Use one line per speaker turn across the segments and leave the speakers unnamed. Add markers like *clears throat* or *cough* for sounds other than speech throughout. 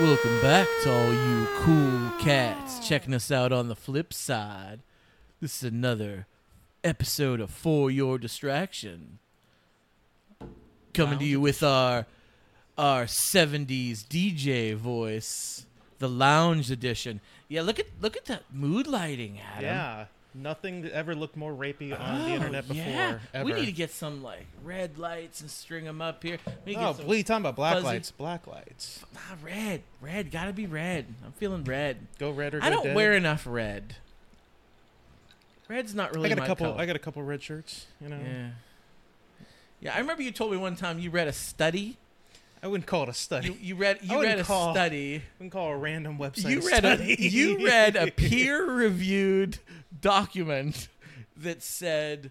Welcome back to all you cool cats checking us out on the flip side. This is another episode of For Your Distraction. Coming to you with our our 70s DJ voice, the lounge edition. Yeah, look at look at that mood lighting, Adam.
Yeah, nothing that ever looked more rapey on the
Oh,
internet before.
yeah.
Ever.
We need to get some like red lights and string them up here. We need to
oh,
get some-
what are you talking about? Black
fuzzy-
lights. Black lights.
Ah, red, red, gotta be red. I'm feeling red.
Go red or go
I don't
dead.
wear enough red. Red's not really
I got
my
a couple.
color.
I got a couple red shirts. You know,
yeah. Yeah, I remember you told me one time you read a study.
I wouldn't call it a study.
*laughs* You,
*laughs*
you read you
wouldn't
read a
call
study.
I wouldn't call a random website.
You
a
read a
study.
*laughs* you read
*laughs*
a peer-reviewed document that said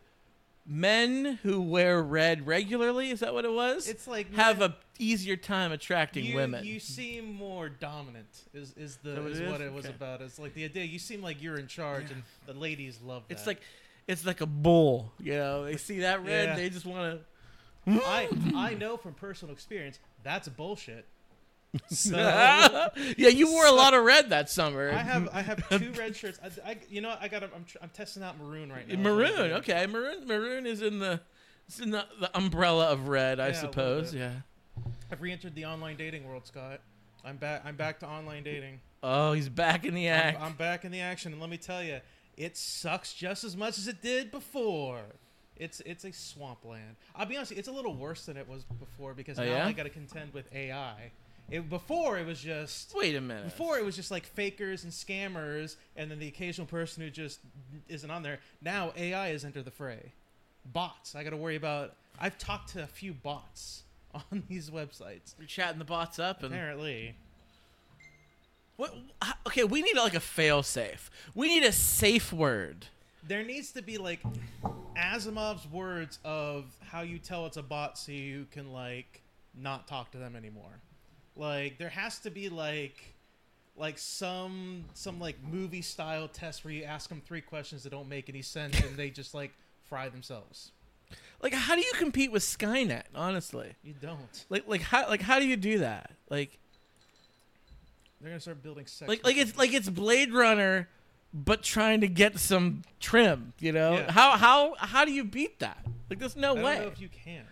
men who wear red regularly, is that what it was?
It's like
have
man,
a easier time attracting
you,
women.
You seem more dominant. Is is the
that what
is
it is?
what it was
Okay.
about? It's like the idea. You seem like you're in charge, and the ladies love that.
It's like it's like a bull, you know. They see that red,
Yeah.
they just want to *gasps*
I I know from personal experience
*laughs*
that's bullshit. *laughs* So
yeah, you wore a lot of red that summer.
I have I have two red shirts. I, I you know what? I got I'm tr- I'm testing out maroon right now.
*laughs* maroon. Okay, maroon. Maroon is in the it's in the, the umbrella of red, I
Yeah, a little
suppose.
bit.
Yeah.
I've re-entered the online dating world, Scott. I'm back. I'm back to online dating.
Oh, he's back in the
I'm,
act.
I'm back in the action, and let me tell you, it sucks just as much as it did before. It's it's a swampland. I'll be honest, with you, it's a little worse than it was before because
Oh,
now
yeah?
I got to contend with AI. It, before it was just
Wait a minute.
Before it was just like fakers and scammers, and then the occasional person who just isn't on there. Now AI has entered the fray. Bots. I got to worry about. I've talked to a few bots *laughs* on these websites.
You're chatting the bots up and
Apparently,
what, how- okay, we need like a fail safe. We need a safe word.
there needs to be like Asimov's words of how you tell it's a bot, so you can like not talk to them anymore. Like there has to be like like some some like movie style test where you ask them three questions that don't make any sense and they just like fry themselves.
Like how do you compete with Skynet, honestly?
You don't.
Like like how like how do you do that? Like
They're gonna start building sex.
like like it's like it's Blade Runner, but trying to get some trim. You know
Yeah.
how how how do you beat that? Like there's no
I don't know
way.
if you
*laughs*
can.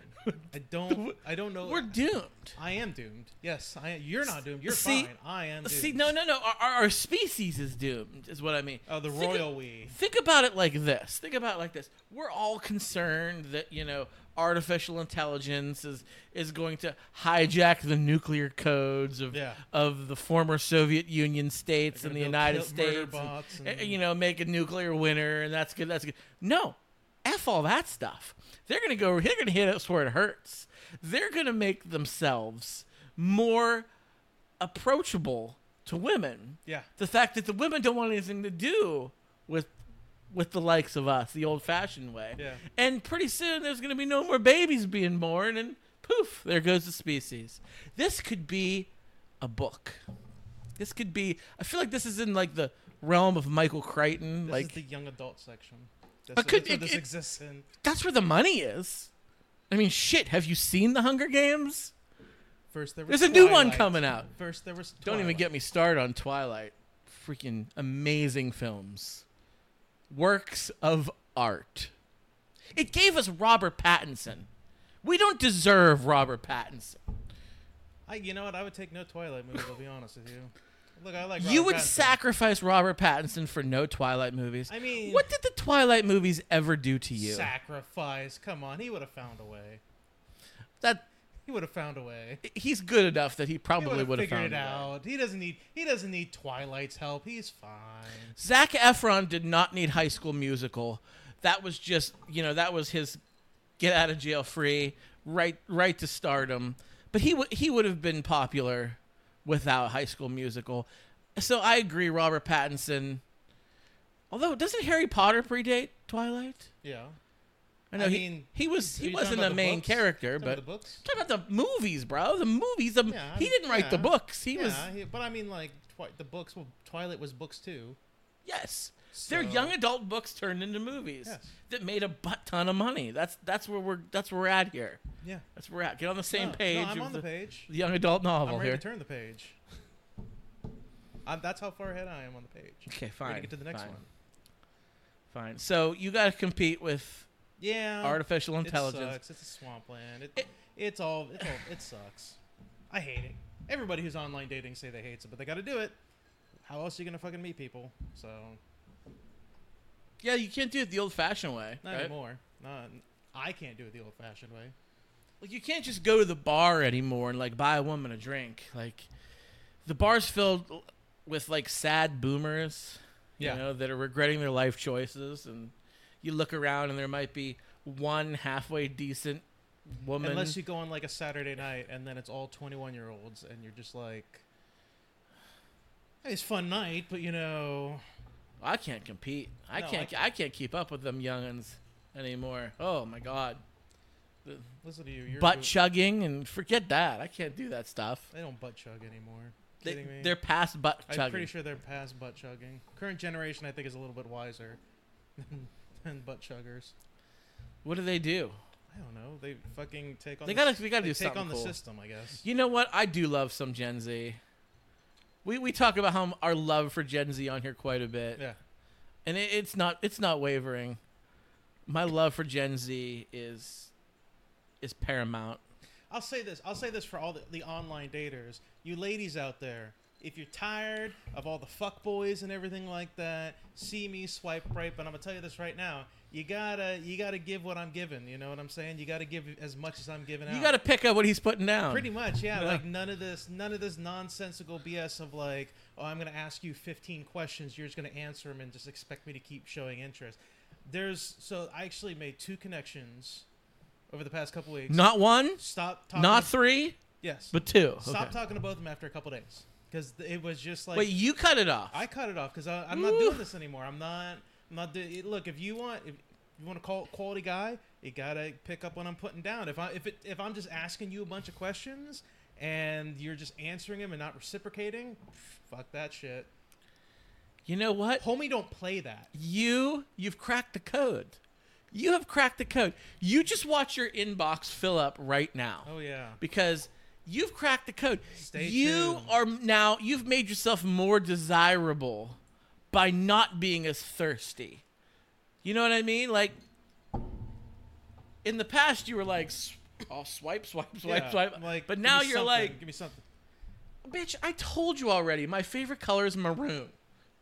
I don't. I don't know.
We're doomed.
I am doomed. Yes, I. You're not doomed. You're
See-
fine. I am. Doomed.
See, no, no, no. Our, our, our species is doomed, is what I mean.
Oh, the
Think-
royal we.
Think about it like this. Think about it like this. We're all concerned that, you know, artificial intelligence is is going to hijack the nuclear codes of
Yeah.
of the former Soviet Union states
They're
and the
gonna build
United
kill- murder
States and,
bots and-
uh, you know, make a nuclear winter and that's good, that's good. No. F all that stuff. They're gonna go they're gonna hit us where it hurts. They're gonna make themselves more approachable to women
Yeah.
the fact that the women don't want anything to do with with the likes of us the old fashioned way
Yeah.
and pretty soon there's going to be no more babies being born and poof there goes the species this could be a book this could be i feel like this is in like the realm of michael crichton
This
like
is the young adult section.
But
That's, what-
could-
that's what
it-
this
it-
exists in.
that's where the money is i mean shit have you seen the hunger games
First there was
there's a new one
Twilight.
coming out
First there was.
Don't even
Twilight.
get me started on Twilight. Freaking amazing films. Works of art. It gave us Robert Pattinson. We don't deserve Robert Pattinson.
I, you know what? I would take no Twilight movies. I'll be honest with you. Look, I like.
you
Robert
would
Pattinson.
sacrifice Robert Pattinson for no Twilight movies.
I mean-
what did the Twilight movies ever do to you?
Sacrifice. Come on, he would have found a way.
that
He would have found a way.
He's good enough that he
He
probably
would
would
have
have
figured
found
it
a way.
out. He doesn't need. He doesn't need Twilight's help. He's fine.
Zach Efron did not need High School Musical. That was just, you know, that was his get out of jail free, right, right to stardom. But he would he would have been popular without High School Musical. So I agree, Robert Pattinson. Although, doesn't Harry Potter predate Twilight?
Yeah.
I know
I
he,
mean,
he was
Are
he
you talking
wasn't
about
the main
books?
character,
Talking
but
about the books.
talk about the movies, bro. The movies. The,
Yeah,
he
I-
didn't write the
yeah.
books. He
yeah,
was
he- but I mean, like twi- the books. Well, Twilight was books too.
Yes. They're
So-
young adult books turned into movies
Yes.
that made a butt ton of money. That's that's where we're that's where we're at here.
Yeah.
That's where we're at. Get on the same
No,
page.
No, I'm
of
on the page.
the young adult
I'm
novel
ready
here.
to turn the page. I'm, that's how far ahead I am on the page.
Okay,
Ready
fine.
to get to the next
fine,
one.
Fine. So you got to compete with
Yeah.
artificial
Uh, It
intelligence.
sucks. It's a swampland. It,
It-
it's all. It's all. It sucks. I hate it. Everybody who's online dating say they hates it, but they got to do it. How else are you gonna fucking meet people? So
Yeah, you can't do it the old-fashioned way.
not
right?
anymore. Not, I can't do it the old-fashioned way.
Like you can't just go to the bar anymore and like buy a woman a drink. Like the bar's filled l- with like sad boomers, you
Yeah.
know, that are regretting their life choices and you look around and there might be one halfway decent woman.
Unless you go on like a Saturday night and then it's all 21 year olds and you're just like, "Hey, it's a fun night, but you know,
I can't compete. I
No, I
can't I,
can't.
can't keep up with them younguns anymore. Oh my god.
listen to you. You're
Butt
doing-
chugging and forget that. I can't do that stuff.
they don't butt chug anymore.
They,
Kidding me?
they're past butt
I'm
chugging.
pretty sure they're past butt chugging. Current generation, I think, is a little bit wiser *laughs* than, than butt chuggers.
What do they do?
I don't know. They fucking take on.
They
the,
gotta- they gotta do
take
something
on the
cool.
system, I guess.
You know what? I do love some Gen Z. We we talk about how our love for Gen Z on here quite a bit,
Yeah.
and it, it's not it's not wavering. My love for Gen Z is is paramount.
I'll say this. I'll say this for all the, the online daters, you ladies out there. If you're tired of all the fuck boys and everything like that, see me swipe right. But I'm gonna tell you this right now. You gotta, you gotta give what I'm giving. You know what I'm saying? You gotta give as much as I'm giving out.
You got to pick up what he's putting down.
Pretty much, yeah.
Um, Yeah.
Like none of this, none of this nonsensical BS of like, oh, I'm gonna ask you 15 questions, you're just gonna answer them and just expect me to keep showing interest. There's so I actually made two connections over the past couple weeks.
not one,
stop talking.
not three,
yes,
but two.
stop
Okay.
talking to both of them after a couple days because it was just like
Wait, you cut it off.
I cut it off because I'm not
Ooh.
doing this anymore. I'm not. I'm not doing. Look, if you want, if you want to call quality guy, you gotta pick up what I'm putting down. If I if it if I'm just asking you a bunch of questions and you're just answering them and not reciprocating, fuck that shit.
you know what?
Homie, don't play that.
You you've cracked the code. You have cracked the code. You just watch your inbox fill up right now.
Oh yeah.
because you've cracked the code.
Stay
you
tuned.
are now you've made yourself more desirable by not being as thirsty. You know what I mean? Like in the past you were like s- oh swipe swipe swipe
Yeah,
swipe
like,
but
give
now
me
you're
something,
like
give me something.
bitch I told you already my favorite color is maroon.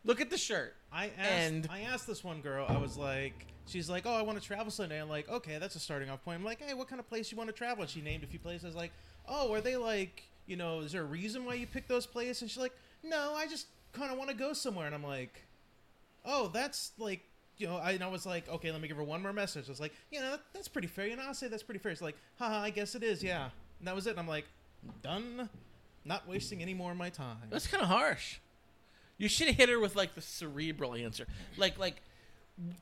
Look at the shirt.
I asked,
And-
I asked this one girl. I was like, she's like, oh, I want to travel someday. I'm like, okay, that's a starting off point. I'm like, hey, what kind of place you want to travel? And she named a few places. I was like, oh, are they like, you know, is there a reason why you picked those places? And she's like, no, I just kind of want to go somewhere. And I'm like, oh, that's like, you know, I, and I was like, okay, let me give her one more message. I was like, you know, that, that's pretty fair. You know, I'll say that's pretty fair. It's like, haha, I guess it is. Yeah. And that was it. And I'm like, done. Not wasting any more of my time.
That's kind of harsh. You should have hit her with like the cerebral answer. Like like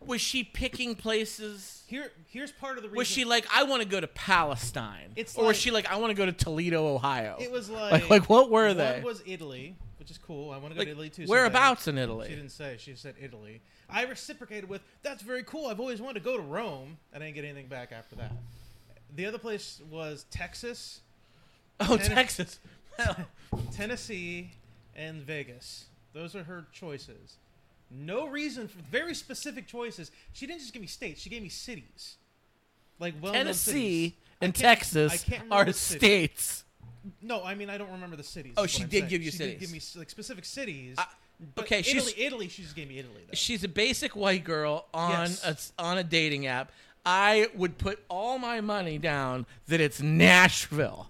was she picking places
Here, here's part of the reason.
Was she like, I want to go to Palestine?
It's
or was
like-
she like, I want to go to Toledo, Ohio?
It was like
like, like, what were they?
One was Italy, which is cool. I want to go
Like,
to Italy too. someday.
whereabouts in
She
Italy?
didn't say. She said Italy. I reciprocated with, "That's very cool. I've always wanted to go to Rome." I didn't get anything back after that. The other place was
*laughs*
Texas, *laughs*
Oh,
Ten-
Texas.
Tennessee, and Vegas. Those are her choices. No reason for very specific choices. She didn't just give me states. She gave me cities, like well
Tennessee and
can't- I
Texas
can't remember
are
the city.
states.
No, I mean I don't remember the cities.
Oh,
is
she
what I'm
did
saying.
give you
she
cities.
Did give me s- like specific cities.
I-
but
okay,
Italy,
she's-
Italy. She just gave me Italy. Though.
She's a basic white girl on
Yes.
a s a, on a dating app. I would put all my money down that it's Nashville.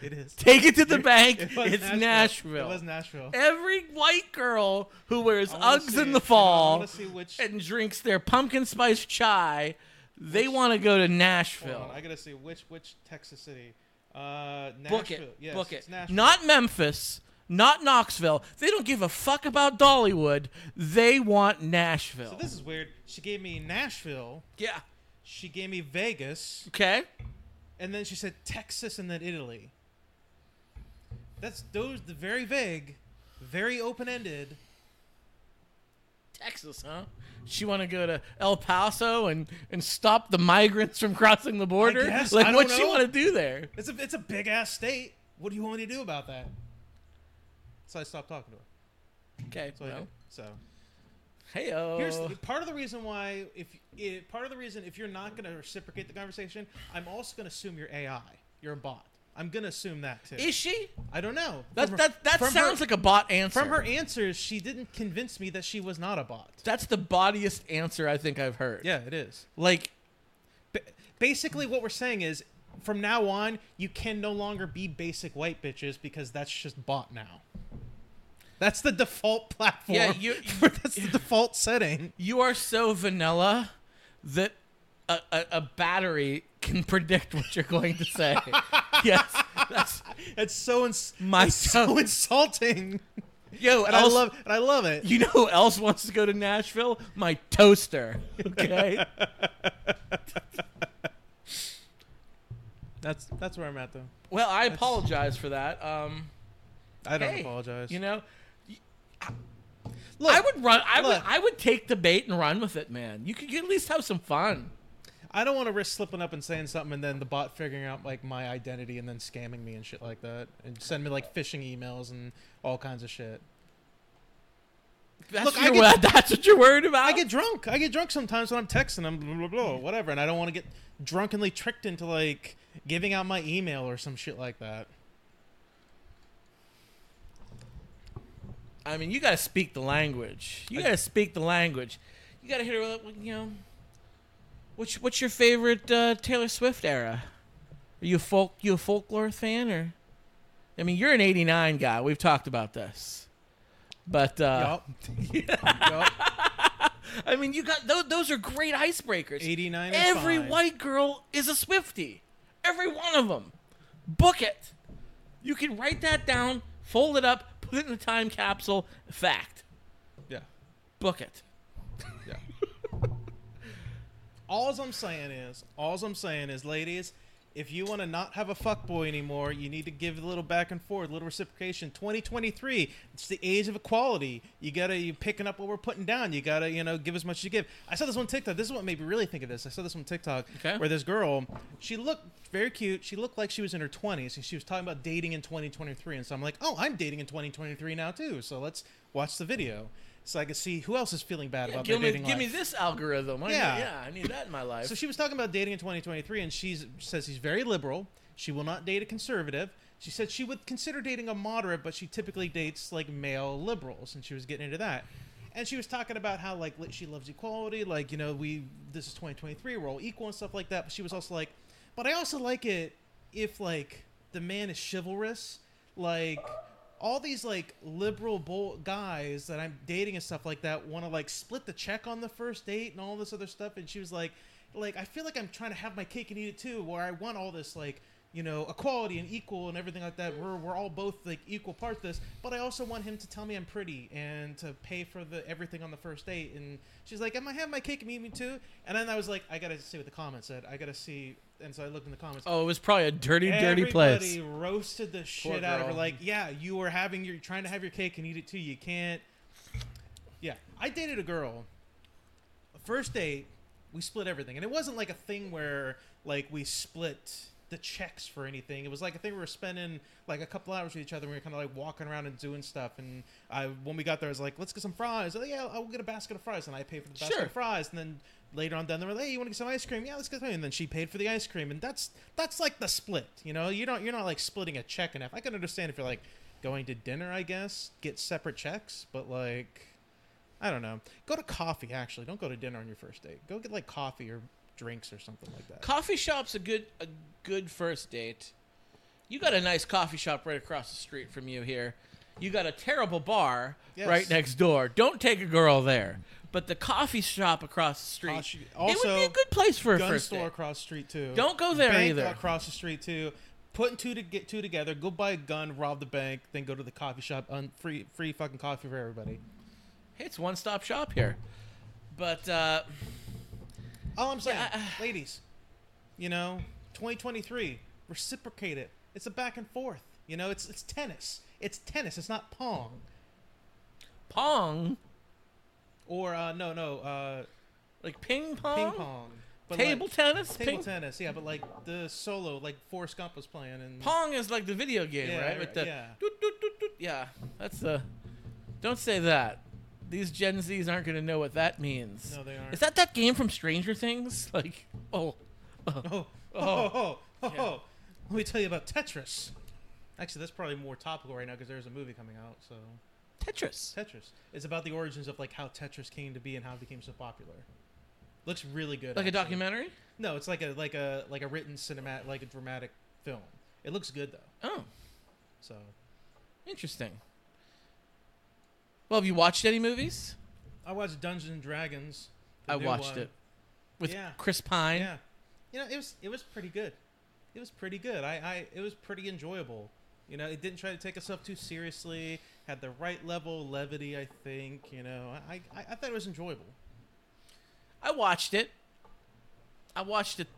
It
*laughs*
is. *laughs*
Take it to the
You're-
bank.
it was
it's Nashville.
It was Nashville.
Every white girl who wears
I wanna
Uggs
see
in
it.
the
I
fall
want to see which.
and drinks their pumpkin spice chai, they want to go to
hold on,
Nashville.
I gotta see which which Texas city. Uh, Nashville.
Book it.
Yes,
Book it.
it's Nashville.
Not Memphis. Not Knoxville. They don't give a fuck about Dollywood. They want Nashville.
So this is weird. She gave me Nashville.
yeah.
She gave me Vegas,
Okay.
and then she said Texas, and then Italy. That's those the very vague, very open ended.
Texas, huh? She want to go to El Paso and, and stop the migrants from crossing the border?
guess.
Like,
I don't
what she
know.
want to do there?
It's a it's a big ass state. What do you want me to do about that? So I stopped talking to her.
Okay.
So I did. so.
Hey,
Here's
Uh.
the, part of the reason why if, if part of the reason if you're not going to reciprocate the conversation, I'm also going to assume you're AI, you're a bot. I'm going to assume that too.
Is she?
I don't know.
That
From her-
that that
from
sounds
her,
like a bot answer.
from her answers, she didn't convince me that she was not a bot.
that's the bottiest answer I think I've heard.
Yeah, it is.
Like,
Ba- basically, what we're saying is, from now on, you can no longer be basic white bitches because that's just bot now. That's the default platform.
Yeah,
*laughs*
you-
that's the default setting.
you are so vanilla that a, a, a battery can *laughs* predict what you're going to
*laughs*
say. yes. That's
It's so ins-
My
it's *laughs* so insulting.
*laughs* yo,
And I love and I love it.
you know who else wants to go to Nashville? My toaster.
*laughs*
Okay.
That's that's where I'm at though.
well, I apologize for that. Um
I don't
hey,
apologize.
You know,
look,
I would run I would
look.
I would take the bait and run with it, man. You could you at least have some fun.
I don't want to risk slipping up and saying something and then the bot figuring out like my identity and then scamming me and shit like that and send me like phishing emails and all kinds of shit.
That's,
Look,
what
I
you're-
get-
that's what you're worried about.
I get drunk. I get drunk sometimes when I'm texting. I'm blah blah blah, whatever, and I don't want to get drunkenly tricked into like giving out my email or some shit like that.
I mean, you gotta speak the language. You gotta speak the language. You gotta hit her with, you know. What's what's your favorite uh, Taylor Swift era? Are you a folk you a folklore fan or? I mean, you're an '89 guy. We've talked about this, but uh,
Yup. *laughs*
I mean, you got those. Those are great icebreakers.
89 is
Every
fine.
white girl is a Swifty. Every one of them. Book it. You can write that down, fold it up, put it in a time capsule. Fact.
yeah,
Book it.
yeah. *laughs* Alls I'm saying is, alls I'm saying is, ladies, if you want to not have a fuckboy anymore, you need to give a little back and forth, a little reciprocation. 2023, it's the age of equality. You gotta, you picking up what we're putting down. You gotta, you know, give as much as you give. I saw this on TikTok. This is what made me really think of this. I saw this on TikTok
Okay.
where this girl, she looked very cute. She looked like she was in her 20s, and she was talking about dating in 2023. And so I'm like, oh, I'm dating in 2023 now too. So let's watch the video. So I could see who else is feeling bad about
give
their
me,
dating
give me
life.
this algorithm. I yeah,
Yeah.
need, yeah, I need that in my life.
So she was talking about dating in 2023, and she's, she says she's very liberal. She will not date a conservative. She said she would consider dating a moderate, but she typically dates like male liberals, and she was getting into that. And she was talking about how like li- she loves equality, like you know we this is 2023, we're all equal and stuff like that. But she was also like, but I also like it if like the man is chivalrous, like all these like liberal bull guys that I'm dating and stuff like that want to like split the check on the first date and all this other stuff. And she was like, like I feel like I'm trying to have my cake and eat it too, where I want all this like you know equality and equal and everything like that. We're we're all both like equal part this, but I also want him to tell me I'm pretty and to pay for the everything on the first date. And she's like, am I having my cake and eat me too? And then I was like, I gotta see what the comments said. I gotta see. And so I looked in the comments.
oh, it was probably a dirty, dirty
Everybody
place.
roasted the shit out of her.
girl.
Like, yeah, you were having your trying to have your cake and eat it too. You can't. Yeah, I dated a girl. First date, we split everything, and it wasn't like a thing where like we split the checks for anything. It was like a thing we were spending like a couple hours with each other. And we were kind of like walking around and doing stuff. And I, when we got there, I was like, "Let's get some fries." Oh, yeah, I'll get a basket of fries, and I paid for the basket
Sure.
of fries. And then later on down the road, hey, you want to get some ice cream? Yeah, let's get some. And then she paid for the ice cream, and that's that's like the split. You know, you don't you're not like splitting a check enough. I can understand if you're like going to dinner, I guess, get separate checks, but like. I don't know. Go to coffee, actually. Don't go to dinner on your first date. Go get like coffee or drinks or something like that.
Coffee shop's a good, a good first date. You got a nice coffee shop right across the street from you here. You got a terrible bar
Yes.
right next door. Don't take a girl there. But the coffee shop across the street,
Gosh, you-
it would be a
also,
good place for a
Gun
first
store
date.
across the street too.
Don't go there
bank
either.
Across the street too. Putting two to get two together. Go buy a gun, rob the bank, then go to the coffee shop. Un- free free fucking coffee for everybody.
Hey, it's one stop shop here. But uh,
All I'm saying,
Yeah, uh,
ladies, you know, 2023, reciprocate it. It's a back and forth. You know, it's it's tennis. It's tennis. It's not pong.
pong,
Or uh, no, no, uh,
like ping pong,
ping pong. But
table
like,
tennis,
table
ping
tennis. Yeah, but like the solo, like Forrest Gump was playing, and
Pong is like the video game,
Yeah,
right? With the
yeah.
doot, doot, doot, doot. yeah, that's the. Don't say that. These Gen Zs aren't gonna know what that means.
No, they aren't.
Is that that game from Stranger Things? *laughs* Like, oh,
Oh, oh, oh, oh, oh, oh. Let me tell you about Tetris. Actually, that's probably more topical right now because there's a movie coming out. So
Tetris.
Tetris is about the origins of like how Tetris came to be and how it became so popular. Looks really good.
Like a
actually.
documentary?
No, it's like a like a like a written cinematic like a dramatic film. It looks good though.
Oh,
So
interesting. Well, have you watched any movies?
I watched Dungeons and Dragons. the
I
new
watched
one.
it with
Yeah.
Chris Pine.
Yeah, you know it was it was pretty good. It was pretty good. I, I it was pretty enjoyable. You know, it didn't try to take itself too seriously. Had the right level of levity, I think. You know, I I, I thought it was enjoyable.
I watched it. I watched it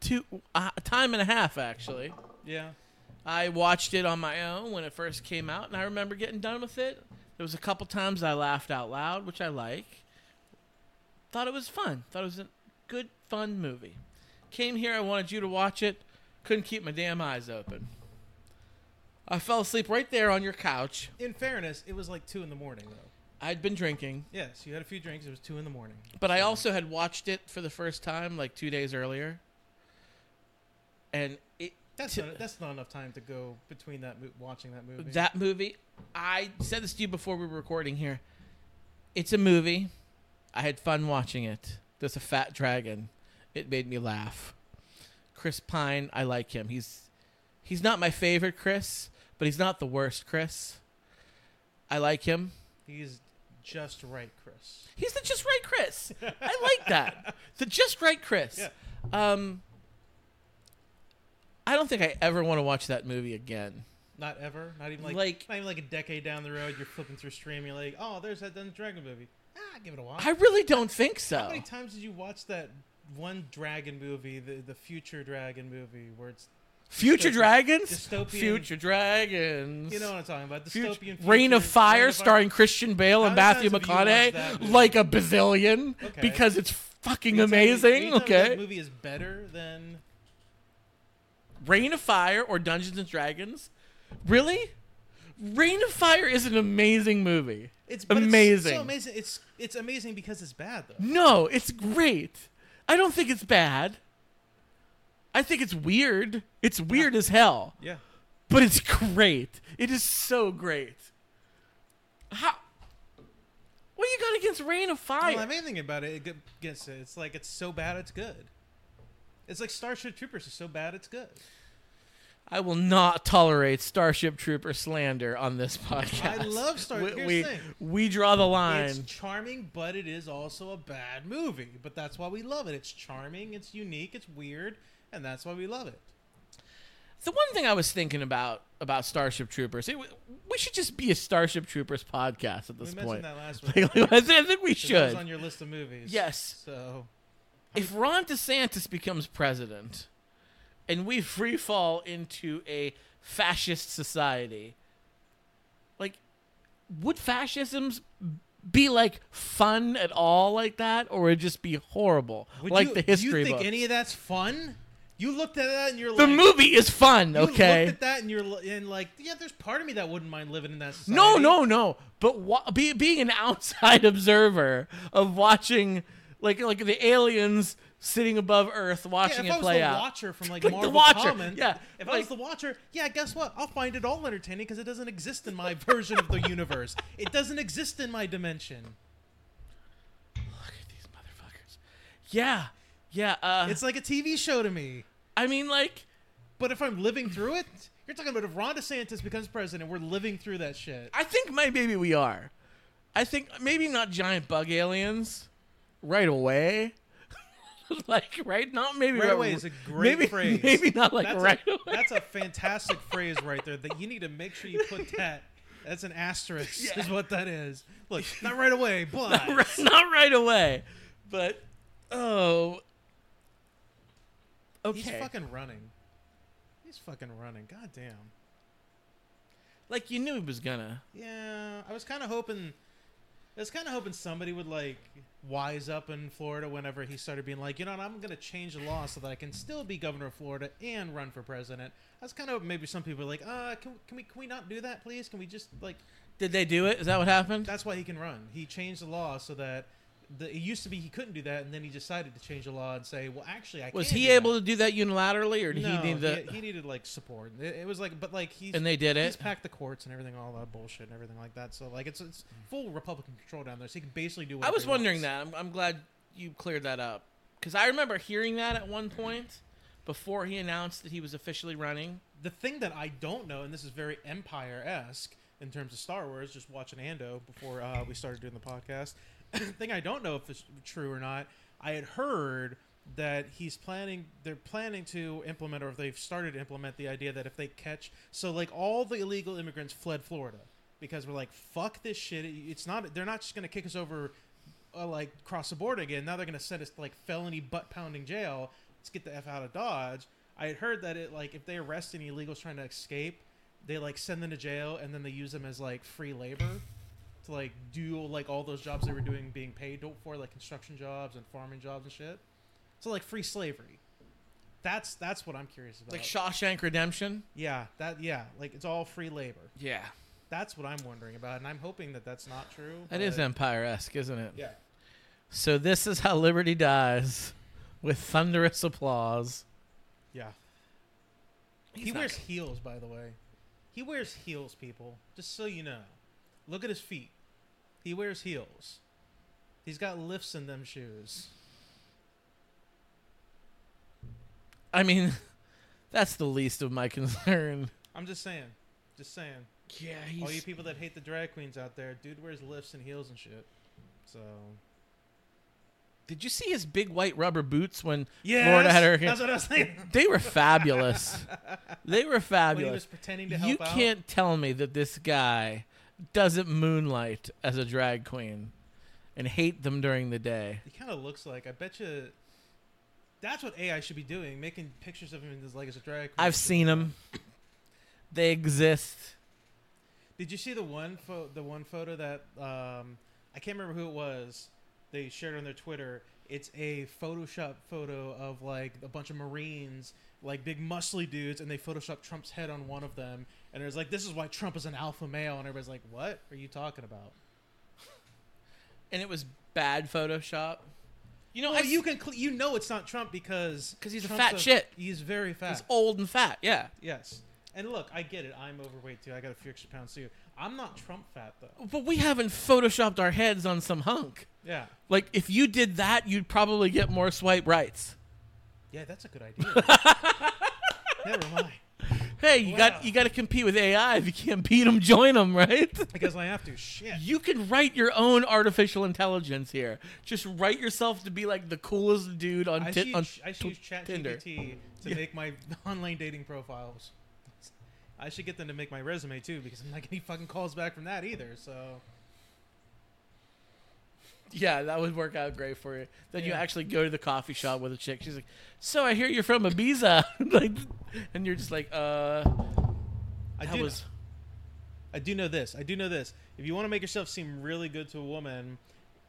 two uh, a time and a half actually.
Yeah.
I watched it on my own when it first came out, and I remember getting done with it. There was a couple times I laughed out loud, which I like. Thought it was fun. Thought it was a good, fun movie. Came here, I wanted you to watch it. Couldn't keep my damn eyes open. I fell asleep right there on your couch.
In fairness, it was like two in the morning though.
I'd been drinking,
Yes, you had a few drinks. It was two in the morning.
but I also had watched it for the first time like two days earlier. And it
That's
Ti-
not, that's not enough time to go between that mo- watching that movie.
That movie, I said this to you before we were recording here. It's a movie. I had fun watching it. There's a fat dragon. It made me laugh. Chris Pine, I like him. He's he's not my favorite Chris, but he's not the worst Chris. I like him.
He's just right, Chris.
He's the just right Chris. I like
*laughs*
that. The just right Chris.
Yeah.
Um I don't think I ever want to watch that movie again.
Not ever. Not even like,
Like-
not even like a decade down the road. You're flipping through stream. You're like, oh, there's that Dungeons and Dragon movie. Ah, give it a watch.
I really don't think so.
How many times did you watch that one dragon movie, the the future dragon movie, where it's
Future
Dystopian-
Dragons?
dystopian-
Future Dragons.
you know what I'm talking about? Dystopian
Future,
future,
Rain of Fire
Reign
starring Christian Bale
How
and
many times
Matthew
have you watched that
McConaughey
movie?
like a bazillion
Okay.
because it's fucking
Can you tell me- can
amazing.
you tell me that
Okay.
movie is better than
Rain of Fire or Dungeons and Dragons? Really? Rain of Fire is an amazing movie.
it's but
amazing.
It's so amazing. It's it's amazing because it's bad though.
No, it's great. I don't think it's bad. I think it's weird. It's weird as hell.
Yeah.
but it's great. It is so great. How? What you got against Rain of
I
Fire?
don't have anything about it ag- against it. It's like it's so bad it's good. It's like Starship Troopers is so bad it's good.
I will not tolerate Starship Trooper slander on this podcast.
love Star-
We,
here's
we,
the thing.
we draw the line.
It's charming, but it is also a bad movie. But that's why we love it. It's charming, it's unique, it's weird, and that's why we love it.
the one thing I was thinking about about Starship Troopers, it, w- we should just be a Starship Troopers podcast at
We
this point.
mentioned that last week.
Like, *laughs* I think we
It was
should.
on your list of movies.
Yes.
So
if Ron DeSantis becomes president and we free fall into a fascist society, like, would fascisms be like fun at all like that, or would it just be horrible?
would
like
you,
the
do
history
You think
book.
any of that's fun? You looked at that and you're
the
like,
movie is fun,
you
okay?
Looked at that and you're li- and like, yeah, there's part of me that wouldn't mind living in that. Society.
No, no, no. But wa- be, being an outside *laughs* observer of watching, like, like the aliens sitting above Earth,
Yeah,
watching
if I
it
was
play
the
out.
watcher from like,
*laughs* Like the
Marvel
Watcher,
Commons,
yeah,
If I
like-
was the watcher, yeah, guess what? I'll find it all entertaining because it doesn't exist in my *laughs* version of the universe. It doesn't exist in my dimension.
Look at these motherfuckers. Yeah, yeah. Uh,
It's like a TV show to me.
I mean, like,
But if I'm living through it, You're talking about if Ron DeSantis becomes president, we're living through that shit.
I think my maybe we are. I think maybe not giant bug aliens right away. *laughs* like right now, maybe
Right away is a great
maybe, *laughs*
phrase.
Maybe not like
that's
right
a,
away.
*laughs*
*laughs*
That's a fantastic phrase right there. That you need to make sure you put that. That's
*laughs*
an asterisk. Is what that is. Look, not right away, but
Right- not right away, but oh, okay.
he's fucking running. He's fucking running. God damn.
like you knew he was gonna.
Yeah, I was kind of hoping. I was kind of hoping somebody would like wise up in Florida whenever he started being like, you know, what, I'm gonna change the law so that I can still be governor of Florida and run for president. I was kind of hoping maybe some people were like, uh, can, can we can we not do that, please? Can we just like
Did they do it? Is that what happened?
That's why he can run. He changed the law so that the, it used to be he couldn't do that, and then he decided to change the law and say, "Well, actually, I
was
can
he
do
able
that.
to do that unilaterally, or did
no,
he need the?
he, needed like support. It, it was like, but like he
and they did
he's
it.
packed the courts and everything, all that bullshit and everything like that. So like it's it's full Republican control down there, so he can basically do.
I
Whatever
was
he
wondering
wants.
that. I'm, I'm glad you cleared that up because I remember hearing that at one point before he announced that he was officially running.
The thing that I don't know, and this is very Empire esque in terms of Star Wars, just watching Ando before uh, we started doing the podcast. *clears throat* the thing I don't know if it's true or not, I had heard that he's planning, they're planning to implement, or if they've started to implement the idea that if they catch, so like all the illegal immigrants fled Florida because we're like, fuck this shit. It's not, they're not just going to kick us over uh, like cross the border again. Now they're gonna send us to like felony butt pounding jail. Let's get the f out of Dodge. I had heard that it like if they arrest any illegals trying to escape, they like send them to jail and then they use them as like free labor to like do like all those jobs they were doing being paid for like construction jobs and farming jobs and shit. So like free slavery. That's that's what I'm curious about.
Like Shawshank Redemption.
yeah, that yeah, like it's all free labor.
Yeah,
That's what I'm wondering about, and I'm hoping that that's not true.
that is
but-
Empire esque, isn't it?
Uh, yeah.
So this is how liberty dies, *laughs* with thunderous applause.
Yeah.
He's
he
not
wears
gonna-
heels, by the way. He wears heels, people. Just so you know. Look at his feet. He wears heels. He's got lifts in them shoes.
I mean, *laughs* that's the least of my *laughs* concern.
I'm just saying. Just saying.
Yeah,
All you people that hate the drag queens out there, dude wears lifts and heels and shit. So
Did you see his big white rubber boots when
yeah,
Florida had her?
That's what I was *laughs* saying.
They were
*laughs*
fabulous. they were
When he
fabulous.
was pretending to help
You
out.
can't tell me that this guy doesn't moonlight as a drag queen and hate them during the day.
He kind of looks like. I bet you. That's what AI should be doing, making pictures of him in his leg as a drag queen.
I've seen them. They exist.
Did you see the one pho- the one photo that um, I can't remember who it was? They shared on their Twitter. It's a Photoshop photo of like a bunch of Marines, like big muscly dudes, and they Photoshop Trump's head on one of them. And it was like, "This is why Trump is an alpha male," and everybody's like, "What are you talking about?"
And it was bad Photoshop. You know,
Oh,
I
you
you
can cl- you know it's not Trump because
'Cause he's a
Trump's
fat shit.
He's very fat.
he's old and fat. Yeah.
yes. And look, I get it. I'm overweight too. I got a few extra pounds too. I'm not Trump fat though.
But we haven't photoshopped our heads on some hunk.
Yeah.
Like if you did that, you'd probably get more swipe rights.
Yeah, that's a
*laughs*
good idea. Never mind.
Hey, you
Wow.
got you got to compete with AI. If you can't beat them, join them, right?
I guess I have to. Shit.
You can write your own artificial intelligence here. Just write yourself to be like the coolest dude on
I
Ti-
should,
on
use- I should use
Tinder.
ChatGPT to
Yeah.
make my *laughs* online dating profiles. I should get them to make my resume too because I'm not getting fucking calls back from that either. So
Yeah, that would work out great for you. Then you
Yeah.
actually go to the coffee shop with a chick. She's like, "So I hear you're from Ibiza," *laughs* like, and you're just like, "Uh,
I
that
do,
was
I do know this. I do know this. If you want to make yourself seem really good to a woman,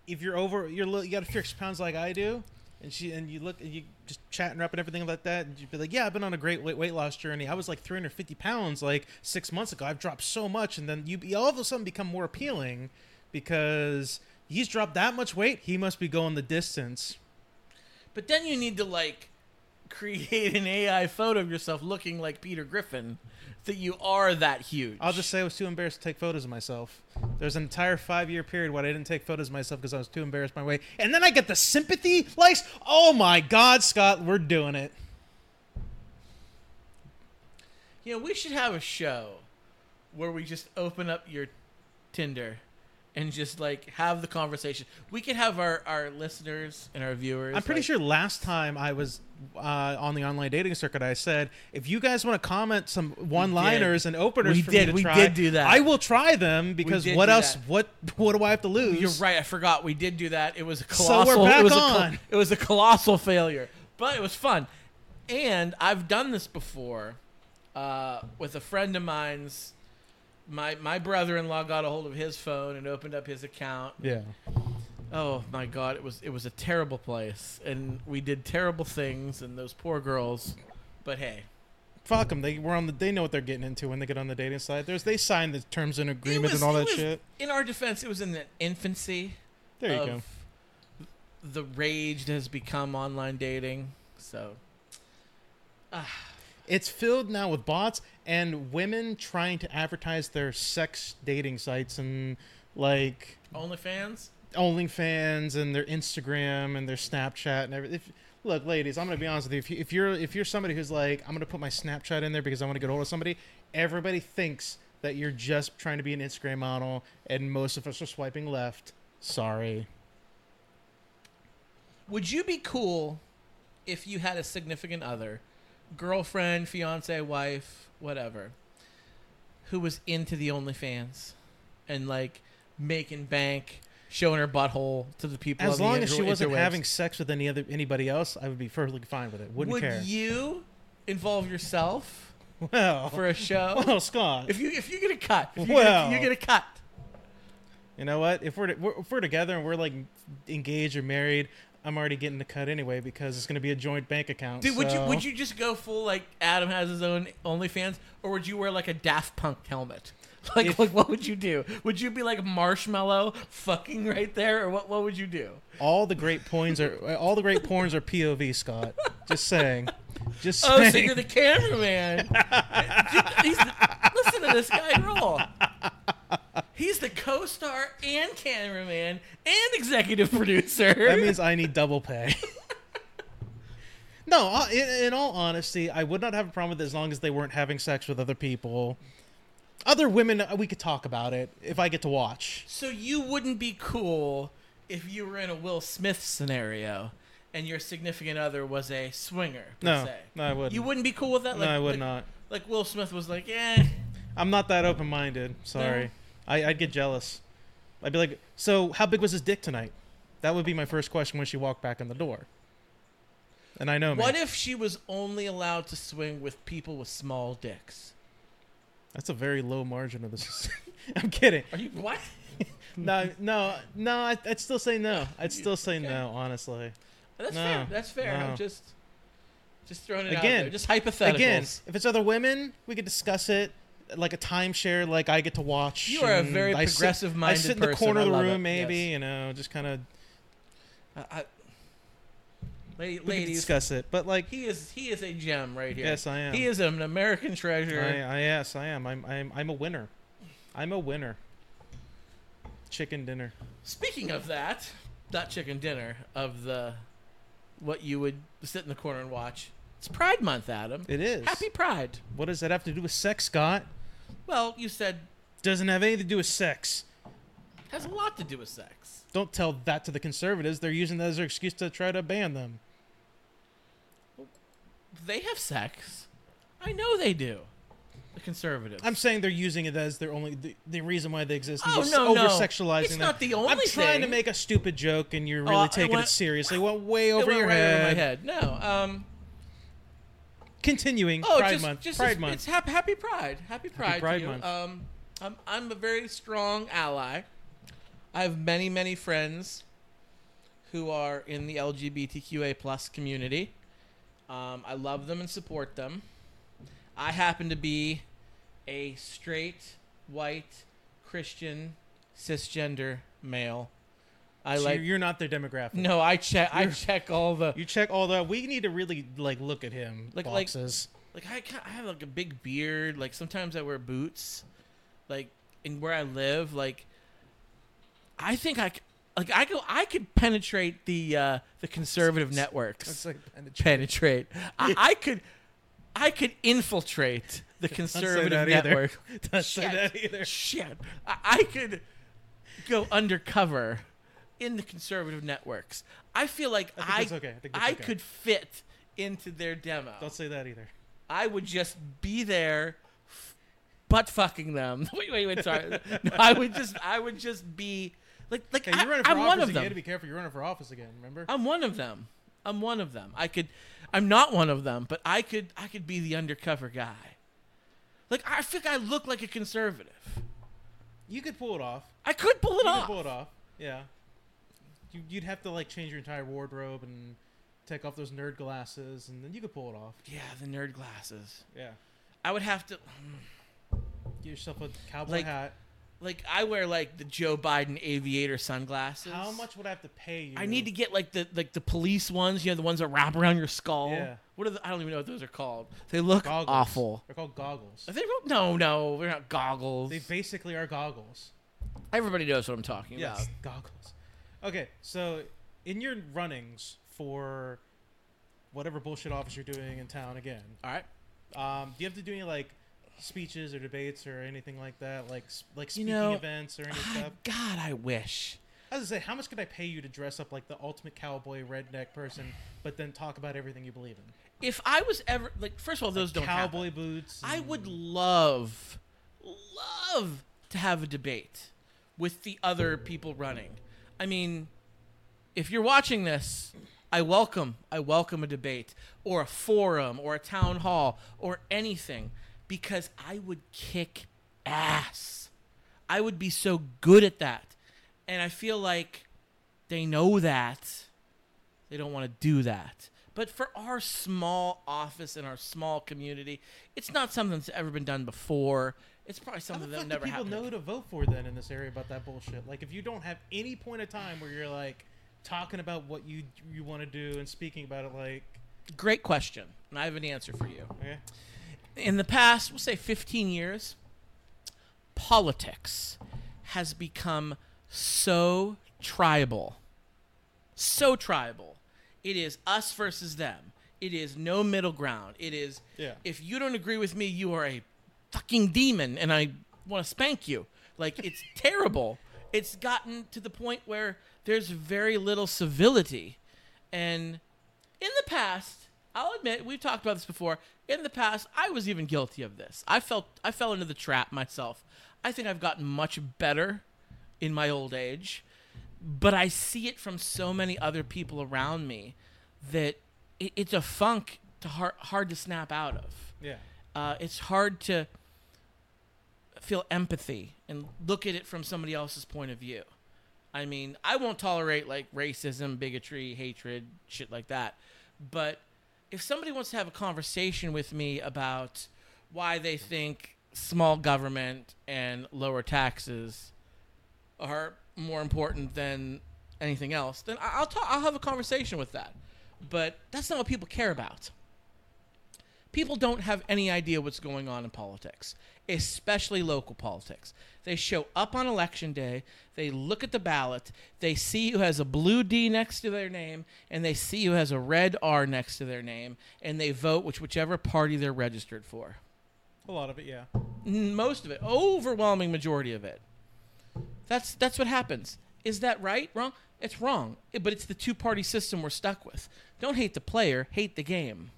if you're over, you're li- you got a few extra pounds like I do, and she and you look and you just chatting her up and everything like that, and you'd be like, "Yeah, I've been on a great weight weight loss journey. I was like 350 pounds like six months ago. I've dropped so much, and then you be- all of a sudden become more appealing because he's dropped that much weight. He must be going the distance.
But then you need to like create an AI photo of yourself looking like Peter Griffin that you are that huge.
I'll just say I was too embarrassed to take photos of myself. There's an entire five year period where I didn't take photos of myself because I was too embarrassed by my way. And then I get the sympathy likes. Oh my God, Scott, we're doing it.
You know, we should have a show where we just open up your Tinder and just like have the conversation. We could have our, our listeners and our viewers.
I'm pretty
like-
sure last time I was uh, on the online dating circuit, I said if you guys want to comment some one-liners and openers
We
for
did.
me to
We
try,
did do that.
I will try them because
did
what
do
else?
that.
What what do I have to lose?
You're right. I forgot we did do that. It was a
So we're
colossal.
back
it was A,
on.
col- it was a colossal failure, but it was fun. And I've done this before uh, with a friend of mine's. My my brother-in-law got a hold of his phone and opened up his account.
Yeah.
Oh my god, it was it was a terrible place, and we did terrible things, and those poor girls. But hey,
Fuck them. They were on the. They know what they're getting into when they get on the dating site. There's they sign the terms and
it
agreement
was-
and all
it
that
was-
shit.
In our defense, it was in the infancy.
There you
of
go.
The rage that has become online dating. So
It's filled now with bots and women trying to advertise their sex dating sites and like
OnlyFans.
OnlyFans and their Instagram and their Snapchat and everything. If, look, ladies, I'm gonna be honest with you. If, you. if you're if you're somebody who's like, I'm gonna put my Snapchat in there because I want to get hold of somebody, everybody thinks that you're just trying to be an Instagram model, and most of us are swiping left. Sorry.
Would you be cool if you had a significant other, girlfriend, fiance, wife, whatever, who was into the OnlyFans and like making bank, showing her butthole to the people?
As
on the
long as she
inter-
wasn't
interwebs?
having sex with any other anybody else, I would be perfectly fine with it. Wouldn't
would
care.
you involve yourself
*laughs* well, *laughs*
for a show?
well, Scott.
if you if you get a cut, if you,
Oh. Well.
get, a, you get a cut.
you know what? If we're, to, we're if we're together and we're like engaged or married, I'm already getting the cut anyway because it's gonna be a joint bank account.
Dude, would you
so-
would you just go full like Adam has his own OnlyFans, or would you wear like a Daft Punk helmet? *laughs* Like,
If-
like what would you do? Would you be like Marshmallow fucking right there, or what? What would you
*laughs*
do?
All the great points are *laughs* all the great porns are POV, Scott. Just saying. Just saying.
Oh, so you're the
*laughs*
cameraman. He's the- listen to this guy roll. He's the co-star and cameraman and executive producer. *laughs*
that means I need double pay. *laughs* no, I- in, in all honesty, I would not have a problem with it as long as they weren't having sex with other people. Other women, uh, we could talk about it if I get to watch.
So you wouldn't be cool if you were in a Will Smith scenario and your significant other was a swinger. Per
No,
se.
no, I wouldn't.
You wouldn't be cool with that.
no, I would
like,
not.
Like Will Smith was like, eh.
I'm not that open minded. Sorry,
No.
I, I'd get jealous. I'd be like, "So, how big was his dick tonight?" That would be my first question when she walked back in the door. And I know. me.
What if she was only allowed to swing with people with small dicks?
That's a very low margin of this. *laughs* I'm kidding.
Are you what?
No, no, no. I, I'd still say no. I'd still say
Okay.
no. Honestly.
That's
No,
fair. That's fair.
no.
I'm just, just throwing it out
Again,
there. Just hypotheticals.
Again, if it's other women, we could discuss it like a timeshare. Like I get to watch.
You are a
and
very
I sit-
progressive-minded
I sit in the
person.
corner
I
of the
love
room,
it.
maybe.
Yes.
You know, just kind of
I, I, lady,
we could
ladies,
discuss it. But like,
he is he is a gem right here.
yes, I am.
He is an American
I,
treasure.
I yes, I am. I'm, I'm, I'm a winner. I'm a winner. Chicken dinner.
Speaking of that, that chicken dinner of the what you would sit in the corner and watch. It's Pride Month, Adam.
It is.
Happy Pride.
What does that have to do with sex, Scott?
Well, you said
Doesn't have anything to do with sex.
has a lot to do with sex.
Don't tell that to the conservatives. They're using that as their excuse to try to ban them.
They have sex. I know they do. The conservatives.
I'm saying they're using it as their only the, the reason why they exist. and
Oh
just
no, no!
over sexualizing
It's
them.
not the only
I'm trying to
thing.
make a stupid joke, and you're
Oh,
really
I
taking
went-
it
*sighs*
seriously. Went way
It
over
went
your
right
head.
over my head. No. Um.
Continuing
Oh,
Pride
just,
Month.
just
Pride
it's,
Month.
It's hap- happy Pride. Happy Pride. to
Pride
you.
Month.
Um, I'm I'm a very strong ally. I have many many friends who are in the LGBTQA plus community. Um, I love them and support them. I happen to be a straight white Christian cisgender male. I
So
like.
you're, you're not their demographic.
no, I check. I check all the.
You check all that. We need to really like look at him.
Like- like-
boxes.
like I, ca- I have like a big beard like sometimes i wear boots like and where i live like i think i c- like i go i could penetrate the uh the conservative networks *laughs*
It's like- and it's-
penetrate I, I could i could infiltrate the conservative
that either. *laughs*
network.
Don't say that either.
Shit. Shit. I-, I could go undercover in the conservative networks. I feel like
I think
I,
it's okay. I think it's okay.
could fit into their demo.
Don't say that either.
I would just be there butt fucking them. *laughs* wait, wait, wait, sorry. No, I would just I would just be like like
Hey,
I,
you're running for
am
office
one of
again. You
them.
had to be careful. You're running for office again. Remember?
I'm one of them. I'm one of them. I could I'm not one of them, but I could I could be the undercover guy. Like I think I look like a conservative.
You could pull it off.
I could pull it
You
off.
could pull it off. Yeah. You, you'd have to like change your entire wardrobe and take off those nerd glasses, and then you could pull it off.
Yeah, the nerd glasses.
Yeah.
I would have to
Get yourself a cowboy
Like-
hat.
like I wear like the Joe Biden aviator sunglasses.
How much would I have to pay you?
I need to get like the like the police ones, you know, the ones that wrap around your skull.
Yeah.
What are the, I don't even know what those are called. They look
goggles.
awful.
They're called goggles.
Are they real? No, no, they're not goggles.
They basically are goggles.
Everybody knows what I'm talking
Yes, goggles. Okay, so in your runnings for whatever bullshit office you're doing in town again,
about. All right.
um, do you have to do any like speeches or debates or anything like that, like s- like
You
speaking
know,
events or any
Ah,
stuff?
God, I wish.
I was gonna say, how much could I pay you to dress up like the ultimate cowboy redneck person, but then talk about everything you believe in?
If I was ever like, first of all, those don't happen.
Cowboy boots.
I
and-
would love, love to have a debate with the other people running. I mean, if you're watching this, I welcome, I welcome a debate or a forum or a town hall or anything because I would kick ass. I would be so good at that. And I feel like they know that. They don't want to do that. But for our small office and our small community, it's not something that's ever been done before. It's probably
How the
something
fuck
that
do
never
people
happened.
know who to vote for then in this area about that bullshit? Like, if you don't have any point of time where you're like talking about what you you want to do and speaking about it, like,
Great question. And I have an answer for you.
eh,
in the past, we'll say 15 years, politics has become so tribal. So tribal. It is us versus them. It is no middle ground. It is
Yeah.
if you don't agree with me, you are a fucking demon and I want to spank you. Like it's terrible. It's gotten to the point where there's very little civility. And in the past, I'll admit we've talked about this before. In the past, I was even guilty of this. I felt I fell into the trap myself. I think I've gotten much better in my old age, but I see it from so many other people around me that it, it's a funk to hard, hard to snap out of.
yeah,
Uh, it's hard to feel empathy and look at it from somebody else's point of view. I mean, I won't tolerate like racism, bigotry, hatred, shit like that. But if somebody wants to have a conversation with me about why they think small government and lower taxes are more important than anything else, then I- I'll talk, I'll have a conversation with that. But that's not what people care about people don't have any idea what's going on in politics, especially local politics. They show up on election day, they look at the ballot, they see who has a blue D next to their name, and they see who has a red R next to their name, and they vote which whichever party they're registered for.
a lot of it, yeah.
N- Most of it, overwhelming majority of it. That's that's what happens. Is that right? Wrong? It's wrong. Eh, But it's the two-party system we're stuck with. Don't hate the player, hate the game.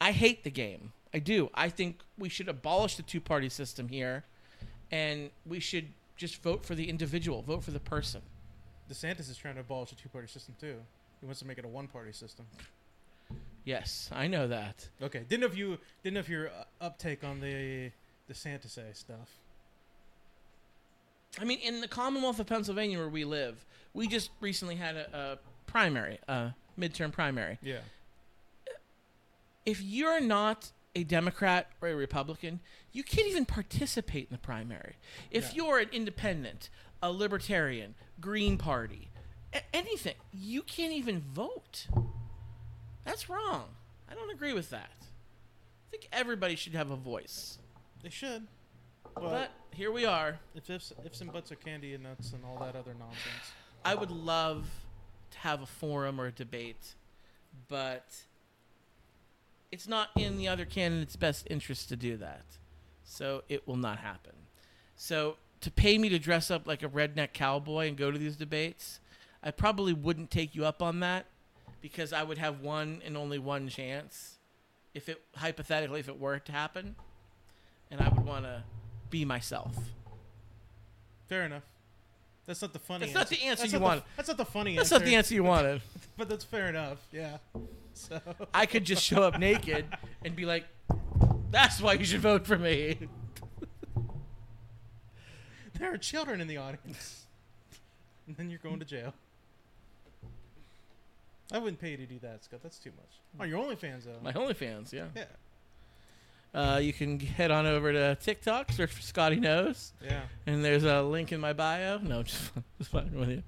I hate the game. I do. I think we should abolish the two party system here and we should just vote for the individual, vote for the person.
DeSantis is trying to abolish a two party system too. He wants to make it a one party system.
Yes, I know that.
Okay, didn't know if you didn't know if your uh, uptake on the DeSantis stuff.
I mean, in the Commonwealth of Pennsylvania where we live, we just recently had a, a primary, a midterm primary.
Yeah,
If you're not a Democrat or a Republican, you can't even participate in the primary. If
No.
you're an independent, a libertarian, Green Party, a- anything, you can't even vote. That's wrong. I don't agree with that. I think everybody should have a voice.
they should.
But
But
here we are.
if ifs, ifs and buts are candy and nuts and all that other nonsense.
I would love to have a forum or a debate, but it's not in the other candidate's best interest to do that. So it will not happen. So to pay me to dress up like a redneck cowboy and go to these debates, I probably wouldn't take you up on that because I would have one and only one chance if it hypothetically if it were to happen and I would want to be myself.
Fair enough. That's not the funny.
That's not the answer
That's
you
not the-
wanted.
that's not the funny
That's
answer.
not the answer you wanted.
But that's fair enough. Yeah. So *laughs*
I could just show up naked and be like, "That's why you should vote for me."
there are children in the audience, *laughs* and then you're going to jail. I wouldn't pay you to do that, Scott. That's too much. Oh, your OnlyFans though.
My OnlyFans, yeah.
yeah.
Uh, you can head on over to TikTok, search for Scotty Knows,
Yeah.
and there's a link in my bio. No, just, *laughs* just fucking with you.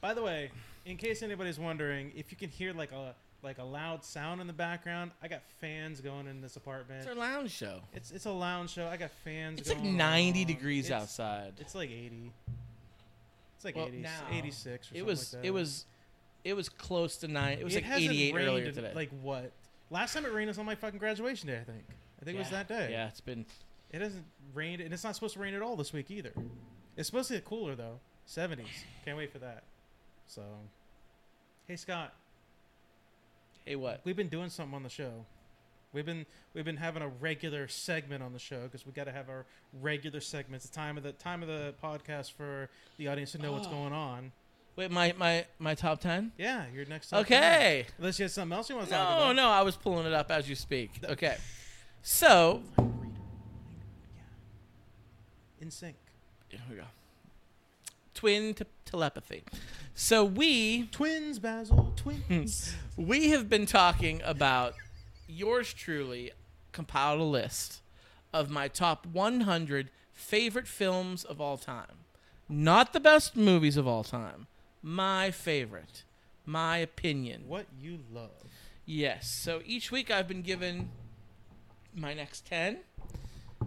By the way, in case anybody's wondering, if you can hear like a like a loud sound in the background, I got fans going in this apartment.
It's our lounge show.
It's it's a lounge show. I got fans.
It's like
going
90
on.
degrees
It's-
outside.
It's like eighty. It's like
Well,
80,
now,
86 or something
It was.
like that.
It was. It was close to nine. It was like
hasn't
88
rained
earlier
in,
today.
Like what? Last time it rained was on my fucking graduation day, I think. I think it was
Yeah,
that day.
Yeah, it's been.
It hasn't rained, and it's not supposed to rain at all this week either. It's supposed to get cooler though. 70s. Can't wait for that. So, hey Scott,
Hey, what?
we've been doing something on the show. We've been we've been having a regular segment on the show because we got to have our regular segments. The time of the time of the podcast for the audience to know what's
Oh.
going on.
Wait, my my my top ten.
Yeah, you're next. up.
Okay.
Unless you had something else you want to talk
No,
about.
no, I was pulling it up as you speak. Okay. So,
In sync.
here we go. Twin te- telepathy. So we
Twins, Basil.
*laughs*
Twins.
we have been talking about yours truly compiled a list of my top 100 favorite films of all time. Not the best movies of all time. My favorite. My opinion.
what you love.
Yes. So each week I've been given my next 10.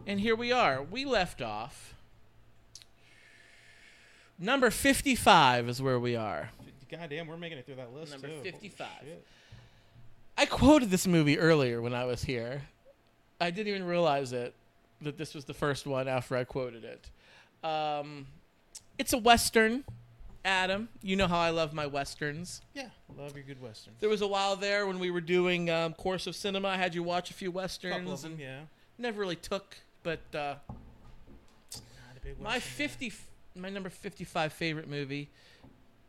And here we are. We left off. Number 55 is where we are.
Goddamn, we're making it through that list.
Number
too. Holy
55.
shit.
I quoted this movie earlier when I was here. I didn't even realize it that this was the first one after I quoted it. Um, it's a western, Adam. You know how I love my westerns.
Yeah, love your good western.
There was a while there when we were doing um, Course of Cinema. I had you watch a few westerns
Couple of
and
them, yeah.
never really took, but uh,
Not a big
my
western, yeah.
fifty, my number fifty-five favorite movie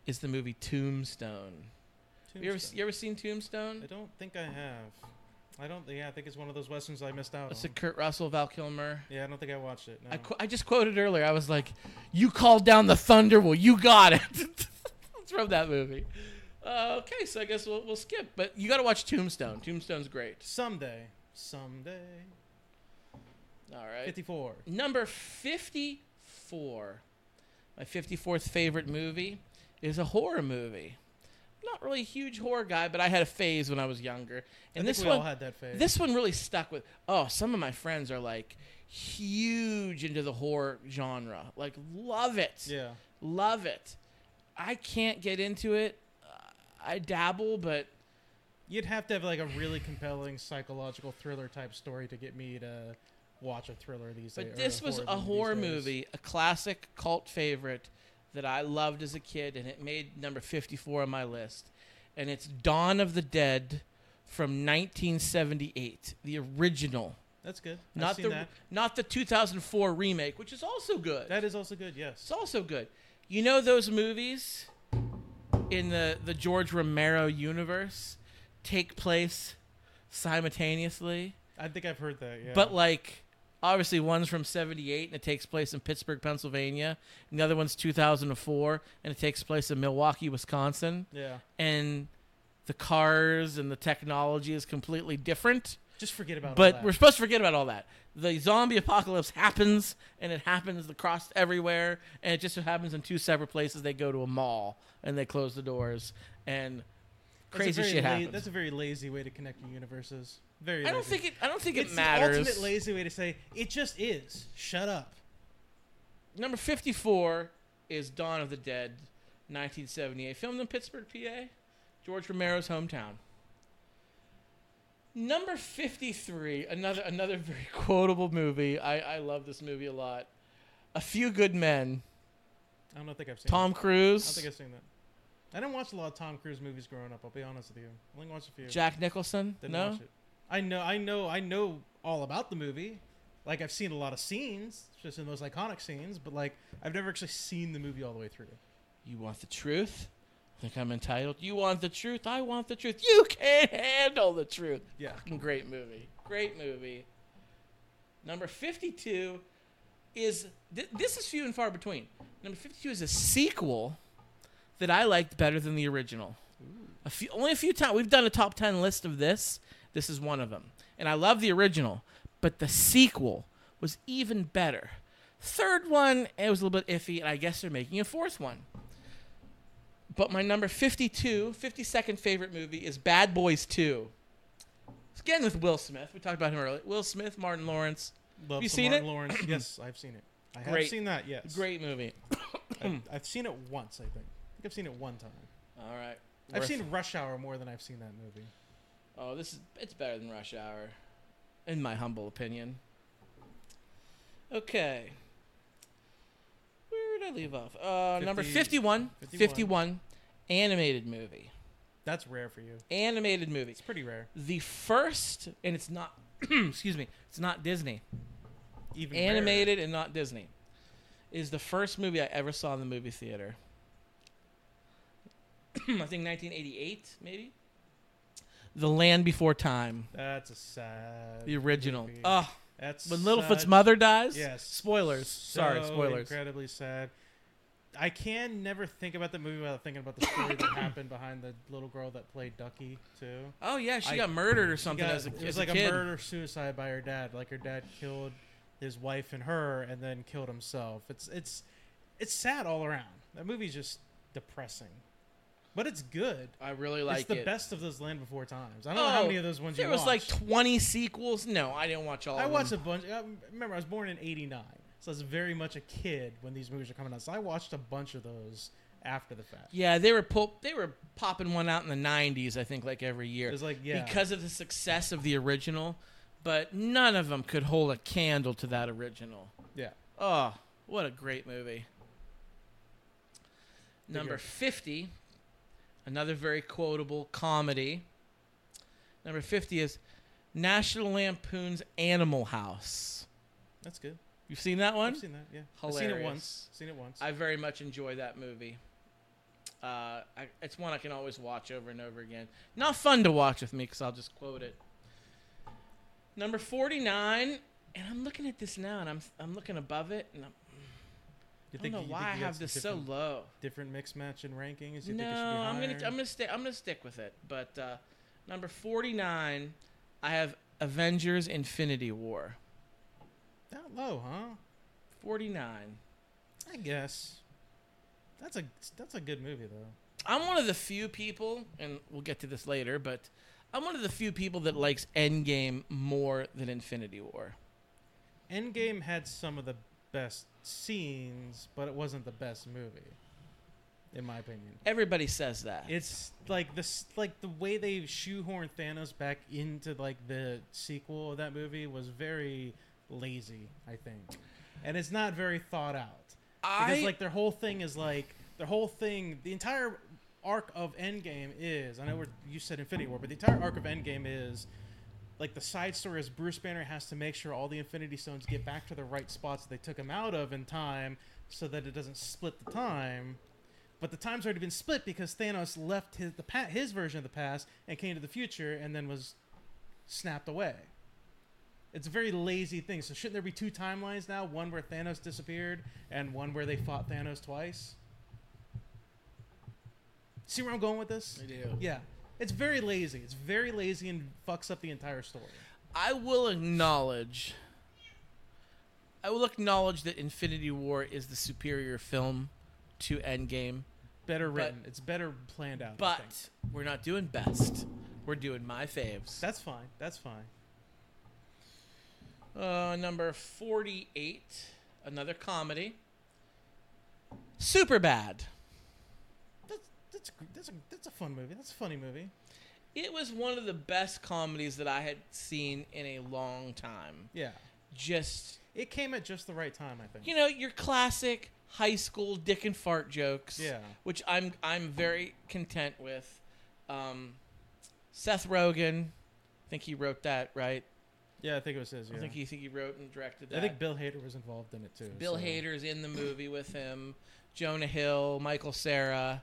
is the movie Tombstone. You ever
Tombstone.
you ever seen
I
Tombstone?
don't think I have. I don't. Yeah, I think it's one of those westerns I missed out
It's a
on.
Kurt Russell, Val Kilmer.
yeah, I don't think I watched it. No.
I, qu- I just quoted earlier. I was like, "You called down the thunder. Well, you got it." *laughs* It's from that movie. Uh, okay, so I guess we'll, we'll skip. But you got to watch Tombstone. Tombstone's great.
someday, someday.
All right.
Fifty-four.
Number 54. My 54th favorite movie is a horror movie. I'm not really a huge horror guy, but I had a phase when I was younger.
I
And
think
this
we all
one
had that phase.
this one really stuck with Oh, some of my friends are like huge into the horror genre. Like love it.
Yeah.
Love it. I can't get into it. Uh, I dabble, but
You'd have to have like a really compelling psychological thriller type story to get me to watch a thriller these days.
But
or
this was a
these
horror
days.
movie, a classic cult favorite that I loved as a kid, and it made number 54 on my list. And it's Dawn of the Dead from 1978, the original,
That's good. I've
not
seen
the
that.
not the 2004 remake, which is also good.
That is also good.
it's
Yes.
also good. You know those movies in the the George Romero universe take place simultaneously.
I think I've heard that. Yeah.
But like, obviously, one's from '78 and it takes place in Pittsburgh, Pennsylvania, and the other one's 2004 and it takes place in Milwaukee, Wisconsin.
yeah.
And the cars and the technology is completely different.
Just forget about. all
But
that.
we're supposed to forget about all that. The zombie apocalypse happens, and it happens across everywhere, and it just so happens in two separate places. They go to a mall and they close the doors, and
That's a
crazy
very
shit
la-
happens.
That's a very lazy way to connect your universes. Very.
I don't
lazy.
think it. I don't think it
it's
matters.
the ultimate lazy way to say it just is. Shut up.
Number 54 is Dawn of the Dead, 1978. Filmed in Pittsburgh, PA, George Romero's hometown. Number fifty-three, another another very *laughs* quotable movie. I I love this movie a lot. A Few Good Men.
I don't think I've seen.
Tom
That. I don't
Cruise.
think I've seen that. I didn't watch a lot of Tom Cruise movies growing up. I'll be honest with you. I only watched a few.
Jack Nicholson.
Didn't
no.
watch it. I know. I know. I know all about the movie. Like I've seen a lot of scenes, just in those iconic scenes. But like I've never actually seen the movie all the way through.
You want the truth? Think I'm entitled? You want the truth? I want the truth. You can't handle the truth.
Yeah.
Fucking great movie. Great movie. Number 52 is th- this is few and far between. Number 52 is a sequel that I liked better than the original. A few, only a few times we've done a top 10 list of this. This is one of them. And I love the original, but the sequel was even better. Third one, it was a little bit iffy, and I guess they're making a fourth one. But my number 52, 52nd favorite movie is Bad Boys 2. It's again with Will Smith. We talked about him earlier. Will Smith, Martin Lawrence.
Love
You
some
seen
Martin
it?
Lawrence. *clears throat* yes, I've seen it. I have
Great.
seen that. Yes.
Great movie.
I've, I've seen it once. I think. I think I've seen it one time.
All right.
I've
Worth-
seen Rush Hour more than I've seen that movie.
Oh, this is it's better than Rush Hour, in my humble opinion. Okay. Where did I leave off? Uh, number
50
51,
51.
51, animated movie.
That's rare for you.
Animated movie.
It's pretty rare.
The first, and it's not. *clears throat* excuse me. It's not Disney.
Even rarer.
Animated and not Disney. Is the first movie I ever saw in the movie theater. *clears throat* I think 1988, maybe. The Land Before Time.
That's a sad.
The original.
movie.
Oh,
That's
when Littlefoot's
sad.
mother dies.
Yes.
Spoilers. Sorry,
So
spoilers.
Incredibly sad. I can never think about the movie without thinking about the story
*coughs*
that happened behind the little girl that played Ducky too.
Oh yeah, she
I-
got murdered or
She
something
got-
as a,
it
as
was
a
like
kid.
a murder suicide by her dad. Like her dad killed his wife and her, and then killed himself. It's it's it's sad all around. That movie's just depressing, but it's good.
I really like
it's the
it.
best of those Land Before Times. I don't know how
Oh,
many of those ones
There
you
was like
watched.
20 sequels. No, I didn't watch all.
I
of
watched a
them.
bunch. I remember, I was born in '89, so I was very much a kid when these movies were coming out. So I watched a bunch of those after the fact.
Yeah, they were pulp, they were popping one out in the 90s. I think like every year.
It was like yeah,
because of the success of the original, but none of them could hold a candle to that original.
yeah.
Oh, what a great movie.
Good
Number
guess.
50, another very quotable comedy. Number 50 is National Lampoon's Animal House.
That's good.
You've seen that one?
I've seen that. Yeah, I've seen
Hilarious.
it once. Seen it once.
I very much enjoy that movie. Uh, I, it's one I can always watch over and over again. Not fun to watch with me because I'll just quote it. Number 49, and I'm looking at this now and I'm, I'm looking above it and I'm,
You
I don't know
you
why I
you had
have
some
this so
different-
low.
different mix match and rankings? You
no,
think it should be
I'm gonna
higher?
I'm gonna stick I'm gonna stick with it. But uh, number 49, I have Avengers: Infinity War.
that low, huh?
49.
I guess. That's a that's a good movie though.
I'm one of the few people, and we'll get to this later, but I'm one of the few people that likes Endgame more than Infinity War.
Endgame had some of the best scenes, but it wasn't the best movie, in my opinion.
Everybody says that.
It's like this, like the way they shoehorn Thanos back into like the sequel of that movie was very lazy, I think, and it's not very thought out. Because
I
like their whole thing is like their whole thing, the entire arc of Endgame is. I know we're, you said Infinity War, but the entire arc of Endgame is like the side story is Bruce Banner has to make sure all the Infinity Stones get back to the right spots they took him out of in time, so that it doesn't split the time. But the time's already been split because Thanos left his the pa- his version of the past and came to the future and then was snapped away. It's a very lazy thing. So shouldn't there be two timelines now? One where Thanos disappeared and one where they fought Thanos twice. See where I'm going with this?
do.
Yeah. It's very lazy. It's very lazy and fucks up the entire story.
I will acknowledge. I will acknowledge that Infinity War is the superior film to Endgame,
Better
But-
written. it's better planned out. I
but
think.
we're not doing best. We're doing my faves.
that's fine. That's fine.
Uh, number 48, another comedy. Super bad.
That's that's gr- that's a that's a fun movie. That's a funny movie.
It was one of the best comedies that I had seen in a long time.
Yeah.
Just
It came at just the right time, I think.
you know your classic high school dick and fart jokes.
Yeah.
which I'm I'm very content with. Um, Seth Rogen, I think he wrote that right.
Yeah, I think it was his. Yeah.
I think he think he wrote and directed that.
I think Bill Hader was involved in it too.
Bill
so-
Hader's in the movie with him. Jonah Hill, Michael Sarah,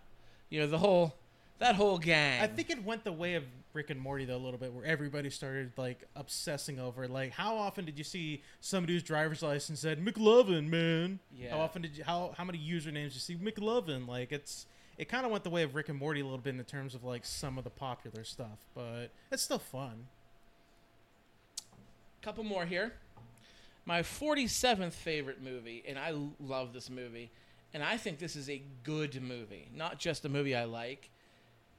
you know the whole that whole gang.
I think it went the way of Rick and Morty though a little bit, where everybody started like obsessing over like how often did you see somebody whose driver's license said McLovin, man?
Yeah.
How often did you how how many usernames you see McLovin? Like it's it kind of went the way of Rick and Morty a little bit in the terms of like some of the popular stuff, but it's still fun.
couple more here. My 47th favorite movie, and I l- love this movie, and I think this is a good movie, not just a movie I like.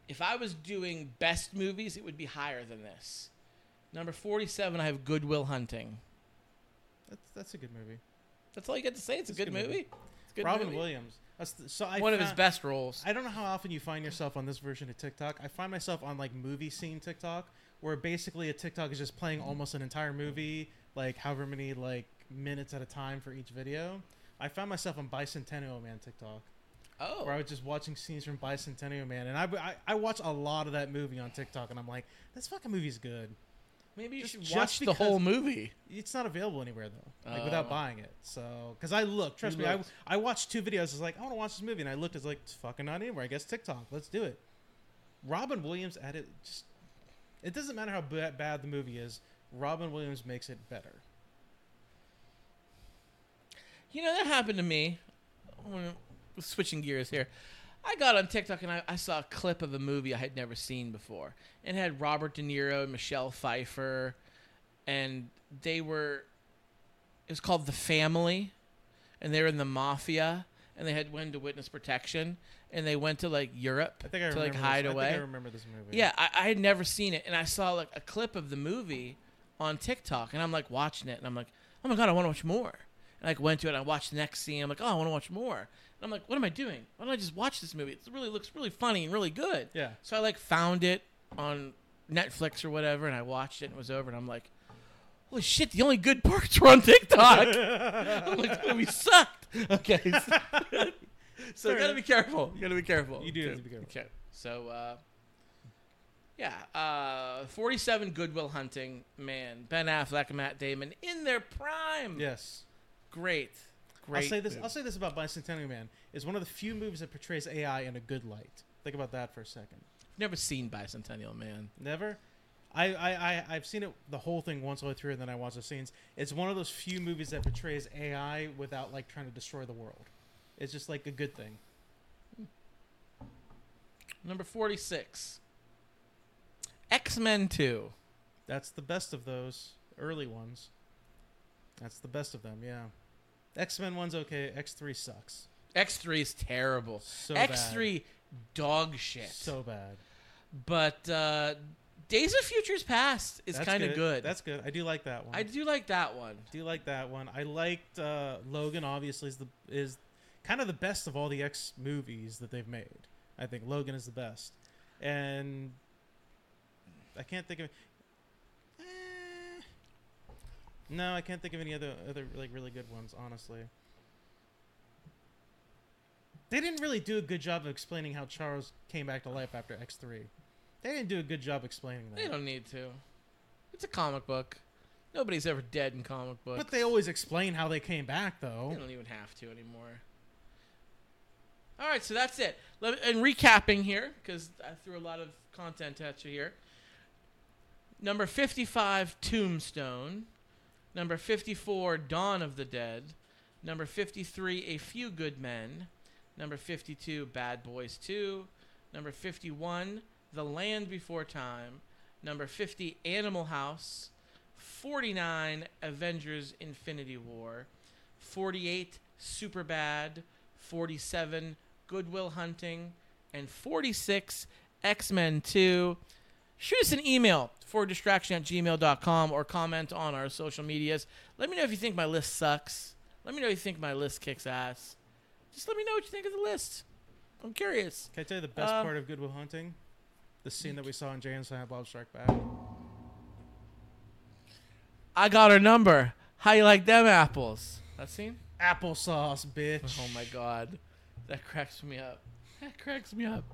If I was doing best movies, it would be higher than this. Number 47, I have Goodwill Hunting.
That's that's a good movie.
That's all you got to say. It's a good, movie. It's a good
Robin
movie.
Williams. That's the, so I
One of his
found-
best roles.
I don't know how often you find yourself on this version of TikTok. I find myself on like movie scene TikTok, where basically a TikTok is just playing almost an entire movie, like however many like minutes at a time for each video. I found myself on Bicentennial Man TikTok,
oh,
where I was just watching scenes from Bicentennial Man, and I I, I watch a lot of that movie on TikTok, and I'm like, this fucking movie's good.
maybe you
just-
should
just
watch the
because-
whole movie.
It's not available anywhere though, like without
Oh.
buying it. So, because I looked, trust
You
me, I,
looked.
I watched two videos. I was like, I want to watch this movie, and I looked. It's like it's fucking not anywhere. I guess TikTok. Let's do it. Robin Williams at it. Just it doesn't matter how ba- bad the movie is. Robin Williams makes it better.
You know, that happened to me. When, switching gears here. I got on TikTok and I, I saw a clip of a movie I had never seen before. And it had Robert De Niro and Michelle Pfeiffer. And they were. It was called The Family. And they were in the mafia. And they had went to witness protection. And they went to like Europe
I think I
to like
remember
hide
this.
away.
I, think I remember this movie.
Yeah, I, I had never seen it, and I saw like a clip of the movie on TikTok, and I'm like watching it, and I'm like, oh my god, I want to watch more. And I went to it, I watched the next scene, I'm like, oh, I want to watch more. And I'm like, what am I doing? Why don't I just watch this movie? It really looks really funny and really good.
Yeah.
So I like found it on Netflix or whatever, and I watched it, and it was over, and I'm like, holy shit, the only good parts were on TikTok. *laughs* I'm like, this movie sucked. *laughs* Okay. so- So you
Fair
gotta
enough.
be careful. You gotta be careful.
You do have
too.
to be careful.
Okay. So, uh, yeah, uh, 47 Goodwill Hunting, man, Ben Affleck, and Matt Damon in their prime.
Yes.
Great. Great.
I'll say this. I'll
movie.
say this about Bicentennial Man is one of the few movies that portrays AI in a good light. Think about that for a second.
Never seen Bicentennial Man.
Never. I, I, I, I've seen it the whole thing once all the way through, and then I watch the scenes. It's one of those few movies that portrays AI without like trying to destroy the world. It's just like a good thing.
Number 46. X Men 2.
That's the best of those early ones. That's the best of them. Yeah. X Men one's okay. X three sucks.
X3 is terrible.
So
X3 dog shit.
Bad. So bad.
but uh, Days of Futures Past is
That's
kind of good.
That's good. I do like that one.
I do like that one.
do like that one. I liked uh, Logan. Obviously, is the is kind of the best of all the X movies that they've made. I think Logan is the best, and I can't think of. Eh. no, I can't think of any other other like really good ones. Honestly, they didn't really do a good job of explaining how Charles came back to life after X three. They didn't do a good job explaining that.
They don't need to. It's a comic book. Nobody's ever dead in comic books.
but they always explain how they came back, though.
They don't even have to anymore. All right, so that's it. Let, and recapping here, because I threw a lot of content at you here. Number 55, Tombstone. Number 54, Dawn of the Dead. Number 53, A Few Good Men. Number 52, Bad Boys 2. Number 51, The Land Before Time. Number 50, Animal House. 49, Avengers Infinity War. 48 Superbad, 47 Goodwill Hunting, and 46 X-Men 2. Shoot us an email for distraction at gmail.com or comment on our social medias. Let me know if you think my list sucks. Let me know if you think my list kicks ass. Just let me know what you think of the list. I'm curious.
Can I tell you the best
Um,
part of Goodwill Hunting? The the scene that we saw in Jay and Silent Bob Strike Back.
I got her number. How you like them apples? That scene?
Applesauce, bitch.
Oh my god. That cracks me up. That cracks me up.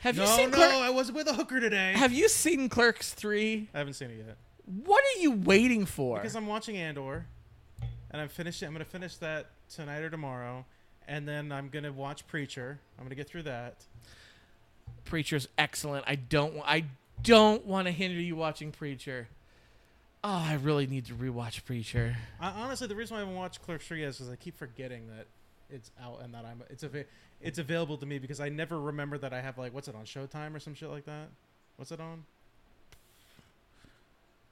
Have
No,
you seen
no,
Clerk-
I was with a hooker today.
Have you seen Clerks 3?
I haven't seen it yet
What are you waiting for?
because I'm watching Andor, and I'm finishing. I'm gonna finish that tonight or tomorrow, and then I'm gonna watch Preacher. I'm gonna get through that.
Preacher's excellent. I don't wa- I don't want to hinder you watching Preacher. Oh, I really need to rewatch Preacher.
I, honestly, the reason why I haven't watched Clerks Three is because I keep forgetting that it's out and that I'm it's av- it's available to me because I never remember that I have like what's it on Showtime or some shit like that. What's it on?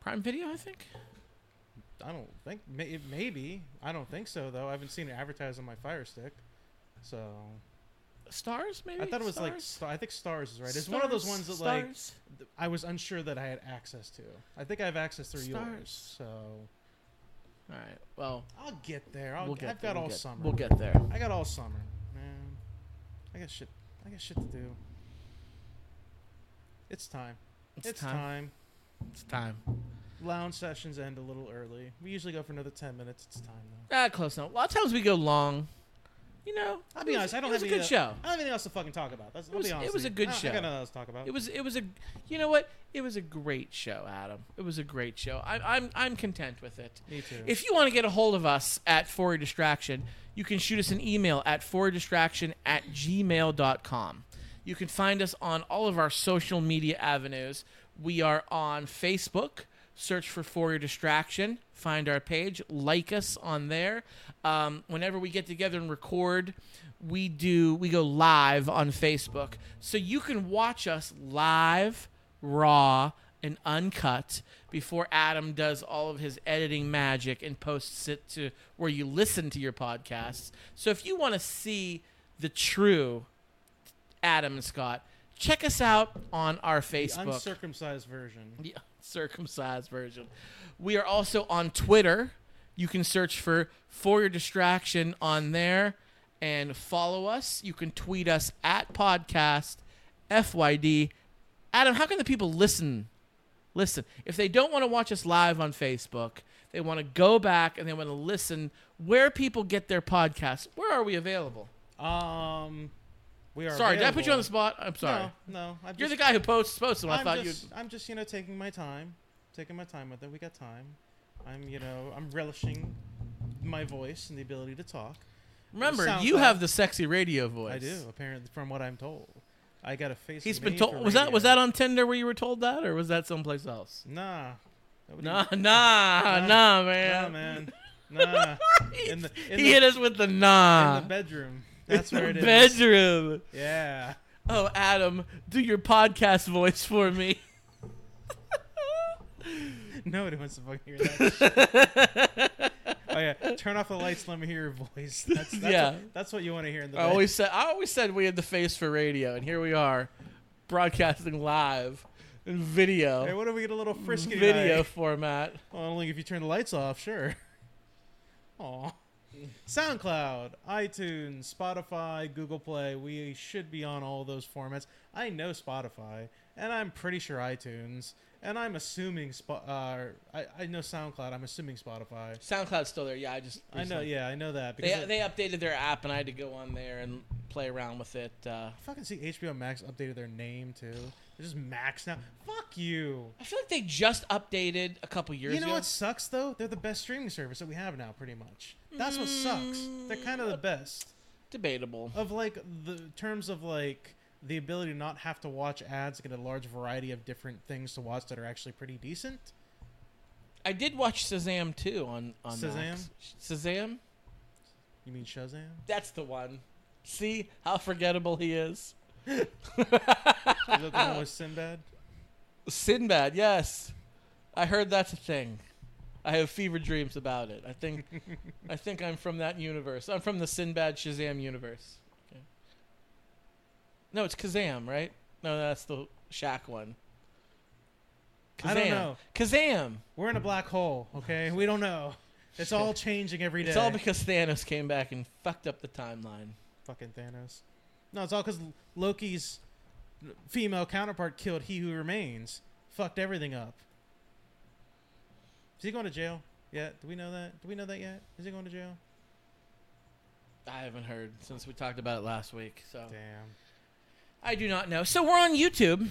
Prime Video, I think.
I don't think may- it- maybe I don't think so though. I haven't seen it advertised on my Fire Stick, so
Stars maybe?
I thought it was like
Stars?
Star- I think Stars is right. It's one of those
Stars?
ones that like
Stars?
th- I was unsure that I had access to. I think I have access through yours,
Stars.
so
All right. Well,
I'll get there. I'll,
we'll get
I've
there.
got all
we'll get,
summer.
We'll get there.
I got all summer, man. I got shit. I got shit to do. It's time. It's, time.
It's time.
Lounge sessions end a little early. We usually go for another ten minutes. It's time though.
Ah, close enough. A lot of times we go long. You know,
I'll
it
be
was-
honest. I don't
it was
have
a
any,
good
uh,
show.
I don't have anything else to fucking talk about. That's,
It
I'll
was-
be
it
honest.
was
with
a
you.
good
I, I
show.
got nothing else to talk about.
It was it was a you know what? It was a great show, Adam. It was a great show. I, I'm I'm content with it.
Me too.
If you want to get a hold of us at Four Distraction, you can shoot us an email at distraction at gmail.com. You can find us on all of our social media avenues. We are on Facebook. Search for For Your Distraction. Find our page. Like us on there. Um, whenever we get together and record, we do we go live on Facebook, so you can watch us live raw and uncut before Adam does all of his editing magic and posts it to where you listen to your podcasts. So if you want to see the true Adam and Scott, check us out on our
the
Facebook.
uncircumcised version.
The *laughs* circumcised version. We are also on Twitter. You can search for For Your Distraction on there and follow us. You can tweet us at podcast FYD. Adam, how can the people listen? Listen, if they don't want to watch us live on Facebook, they want to go back and they want to listen where people get their podcasts. Where are we available?
Um, we are.
sorry, did I put you on the
available.
spot? I'm sorry.
No, no. I'm
You're
just,
the guy who posts posts them. I
I'm
thought
just,
you
I'm just you know taking my time, taking my time with it. We got time. I'm you know I'm relishing my voice and the ability to talk.
Remember,
SoundCloud.
you have the sexy radio voice.
I do apparently from what I'm told. I got a face.
He's
made
been told.
for
Was that was
radio.
that on Tinder where you were told that, or was that someplace else?
Nah. Nobody-
Nah, nah,
Nah.
nah,
Nah,
man.
man.
*laughs*
Nah. In the in
he
the,
hit us with the nah.
in the bedroom. That's
In
where
the *laughs*
it is.
bedroom.
Yeah. *laughs*
Oh, Adam, do your podcast voice for me.
Nobody wants to fucking hear that. shit.
*laughs*
oh yeah. Turn off the lights. Let me hear your voice. That's, that's
Yeah.
What, that's what you want to hear in
*laughs*
the.
I
bed.
always said I always said we had the face for radio, and here we are, broadcasting live in video,
Hey, what if we get a little frisky
video
tonight?
format.
Well, only if you turn the lights off, sure. *laughs* Aw. SoundCloud, iTunes, Spotify, Google Play. We should be on all those formats. I know Spotify, and I'm pretty sure iTunes, and I'm assuming Spo- uh, I, I know SoundCloud. I'm assuming Spotify.
SoundCloud's still there. Yeah, I just
I know, yeah, I know that because
They,
I,
they updated their app, and I had to go on there and play around with it. Uh,
fucking see HBO Max updated their name too. They're just Max now. Fuck you.
I feel like they just updated a couple years
You know
ago.
what sucks though? They're the best streaming service that we have now, pretty much. That's what sucks. They're kind of
Mm.
the best.
Debatable.
of like the terms of like the ability to not have to watch ads get a large variety of different things to watch that are actually pretty decent
I did watch Shazam too on on
Shazam?
Max. Shazam,
you mean shazam
*laughs* that's the one. See how forgettable he is.
is that the one with sinbad
Sinbad, yes. I heard that's a thing. I have fever dreams about it. I
*laughs*
think I think I'm from that universe. I'm from the Sinbad Shazam universe. Okay. No, it's Kazam, right? No, that's the Shaq one.
I don't know.
Kazam.
we're in a black hole okay we don't know it's all changing every day
It's all because Thanos came back and fucked up the timeline.
fucking thanos no it's all because loki's female counterpart killed He Who Remains, fucked everything up. Is he going to jail? Yeah, do we know that? Do we know that yet? Is he going to jail?
I haven't heard since we talked about it last week, so
Damn.
I do not know. So we're on YouTube.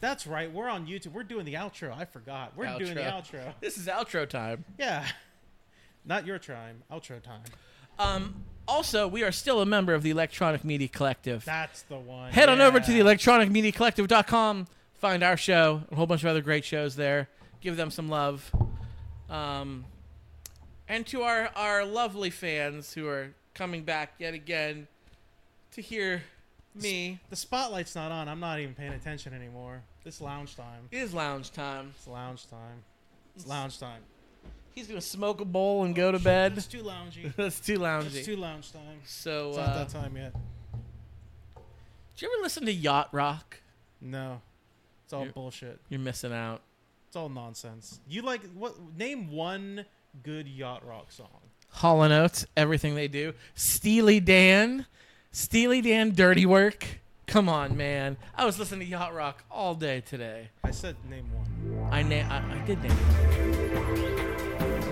That's right. We're on YouTube. We're doing the outro. I forgot. We're doing the outro.
This is outro time.
Yeah. Not your time. Outro time.
Um, also, we are still a member of the Electronic Media Collective.
That's the one.
Head on over to the
Yeah.
electronicmediacollective.com, find our show, and a whole bunch of other great shows there. Give them some love. Um, and to our, our lovely fans who are coming back yet again to hear me.
The spotlight's not on. I'm not even paying attention anymore. It's lounge time.
It is lounge time.
It's lounge time. It's lounge time.
He's going to smoke a bowl and go to bed. *laughs*
It's too loungy.
That's too
It's
loungy.
too lounge time.
so,
It's not
uh,
that time yet.
did you ever listen to Yacht Rock?
No. It's all
You're-
bullshit.
You're missing out.
It's all nonsense. You like what name one good yacht rock song.
Hall and Oates, everything they do. Steely Dan, Steely Dan, Dirty Work. Come on, man. I was listening to Yacht Rock all day today.
I said name one.
I na- I, I did name it.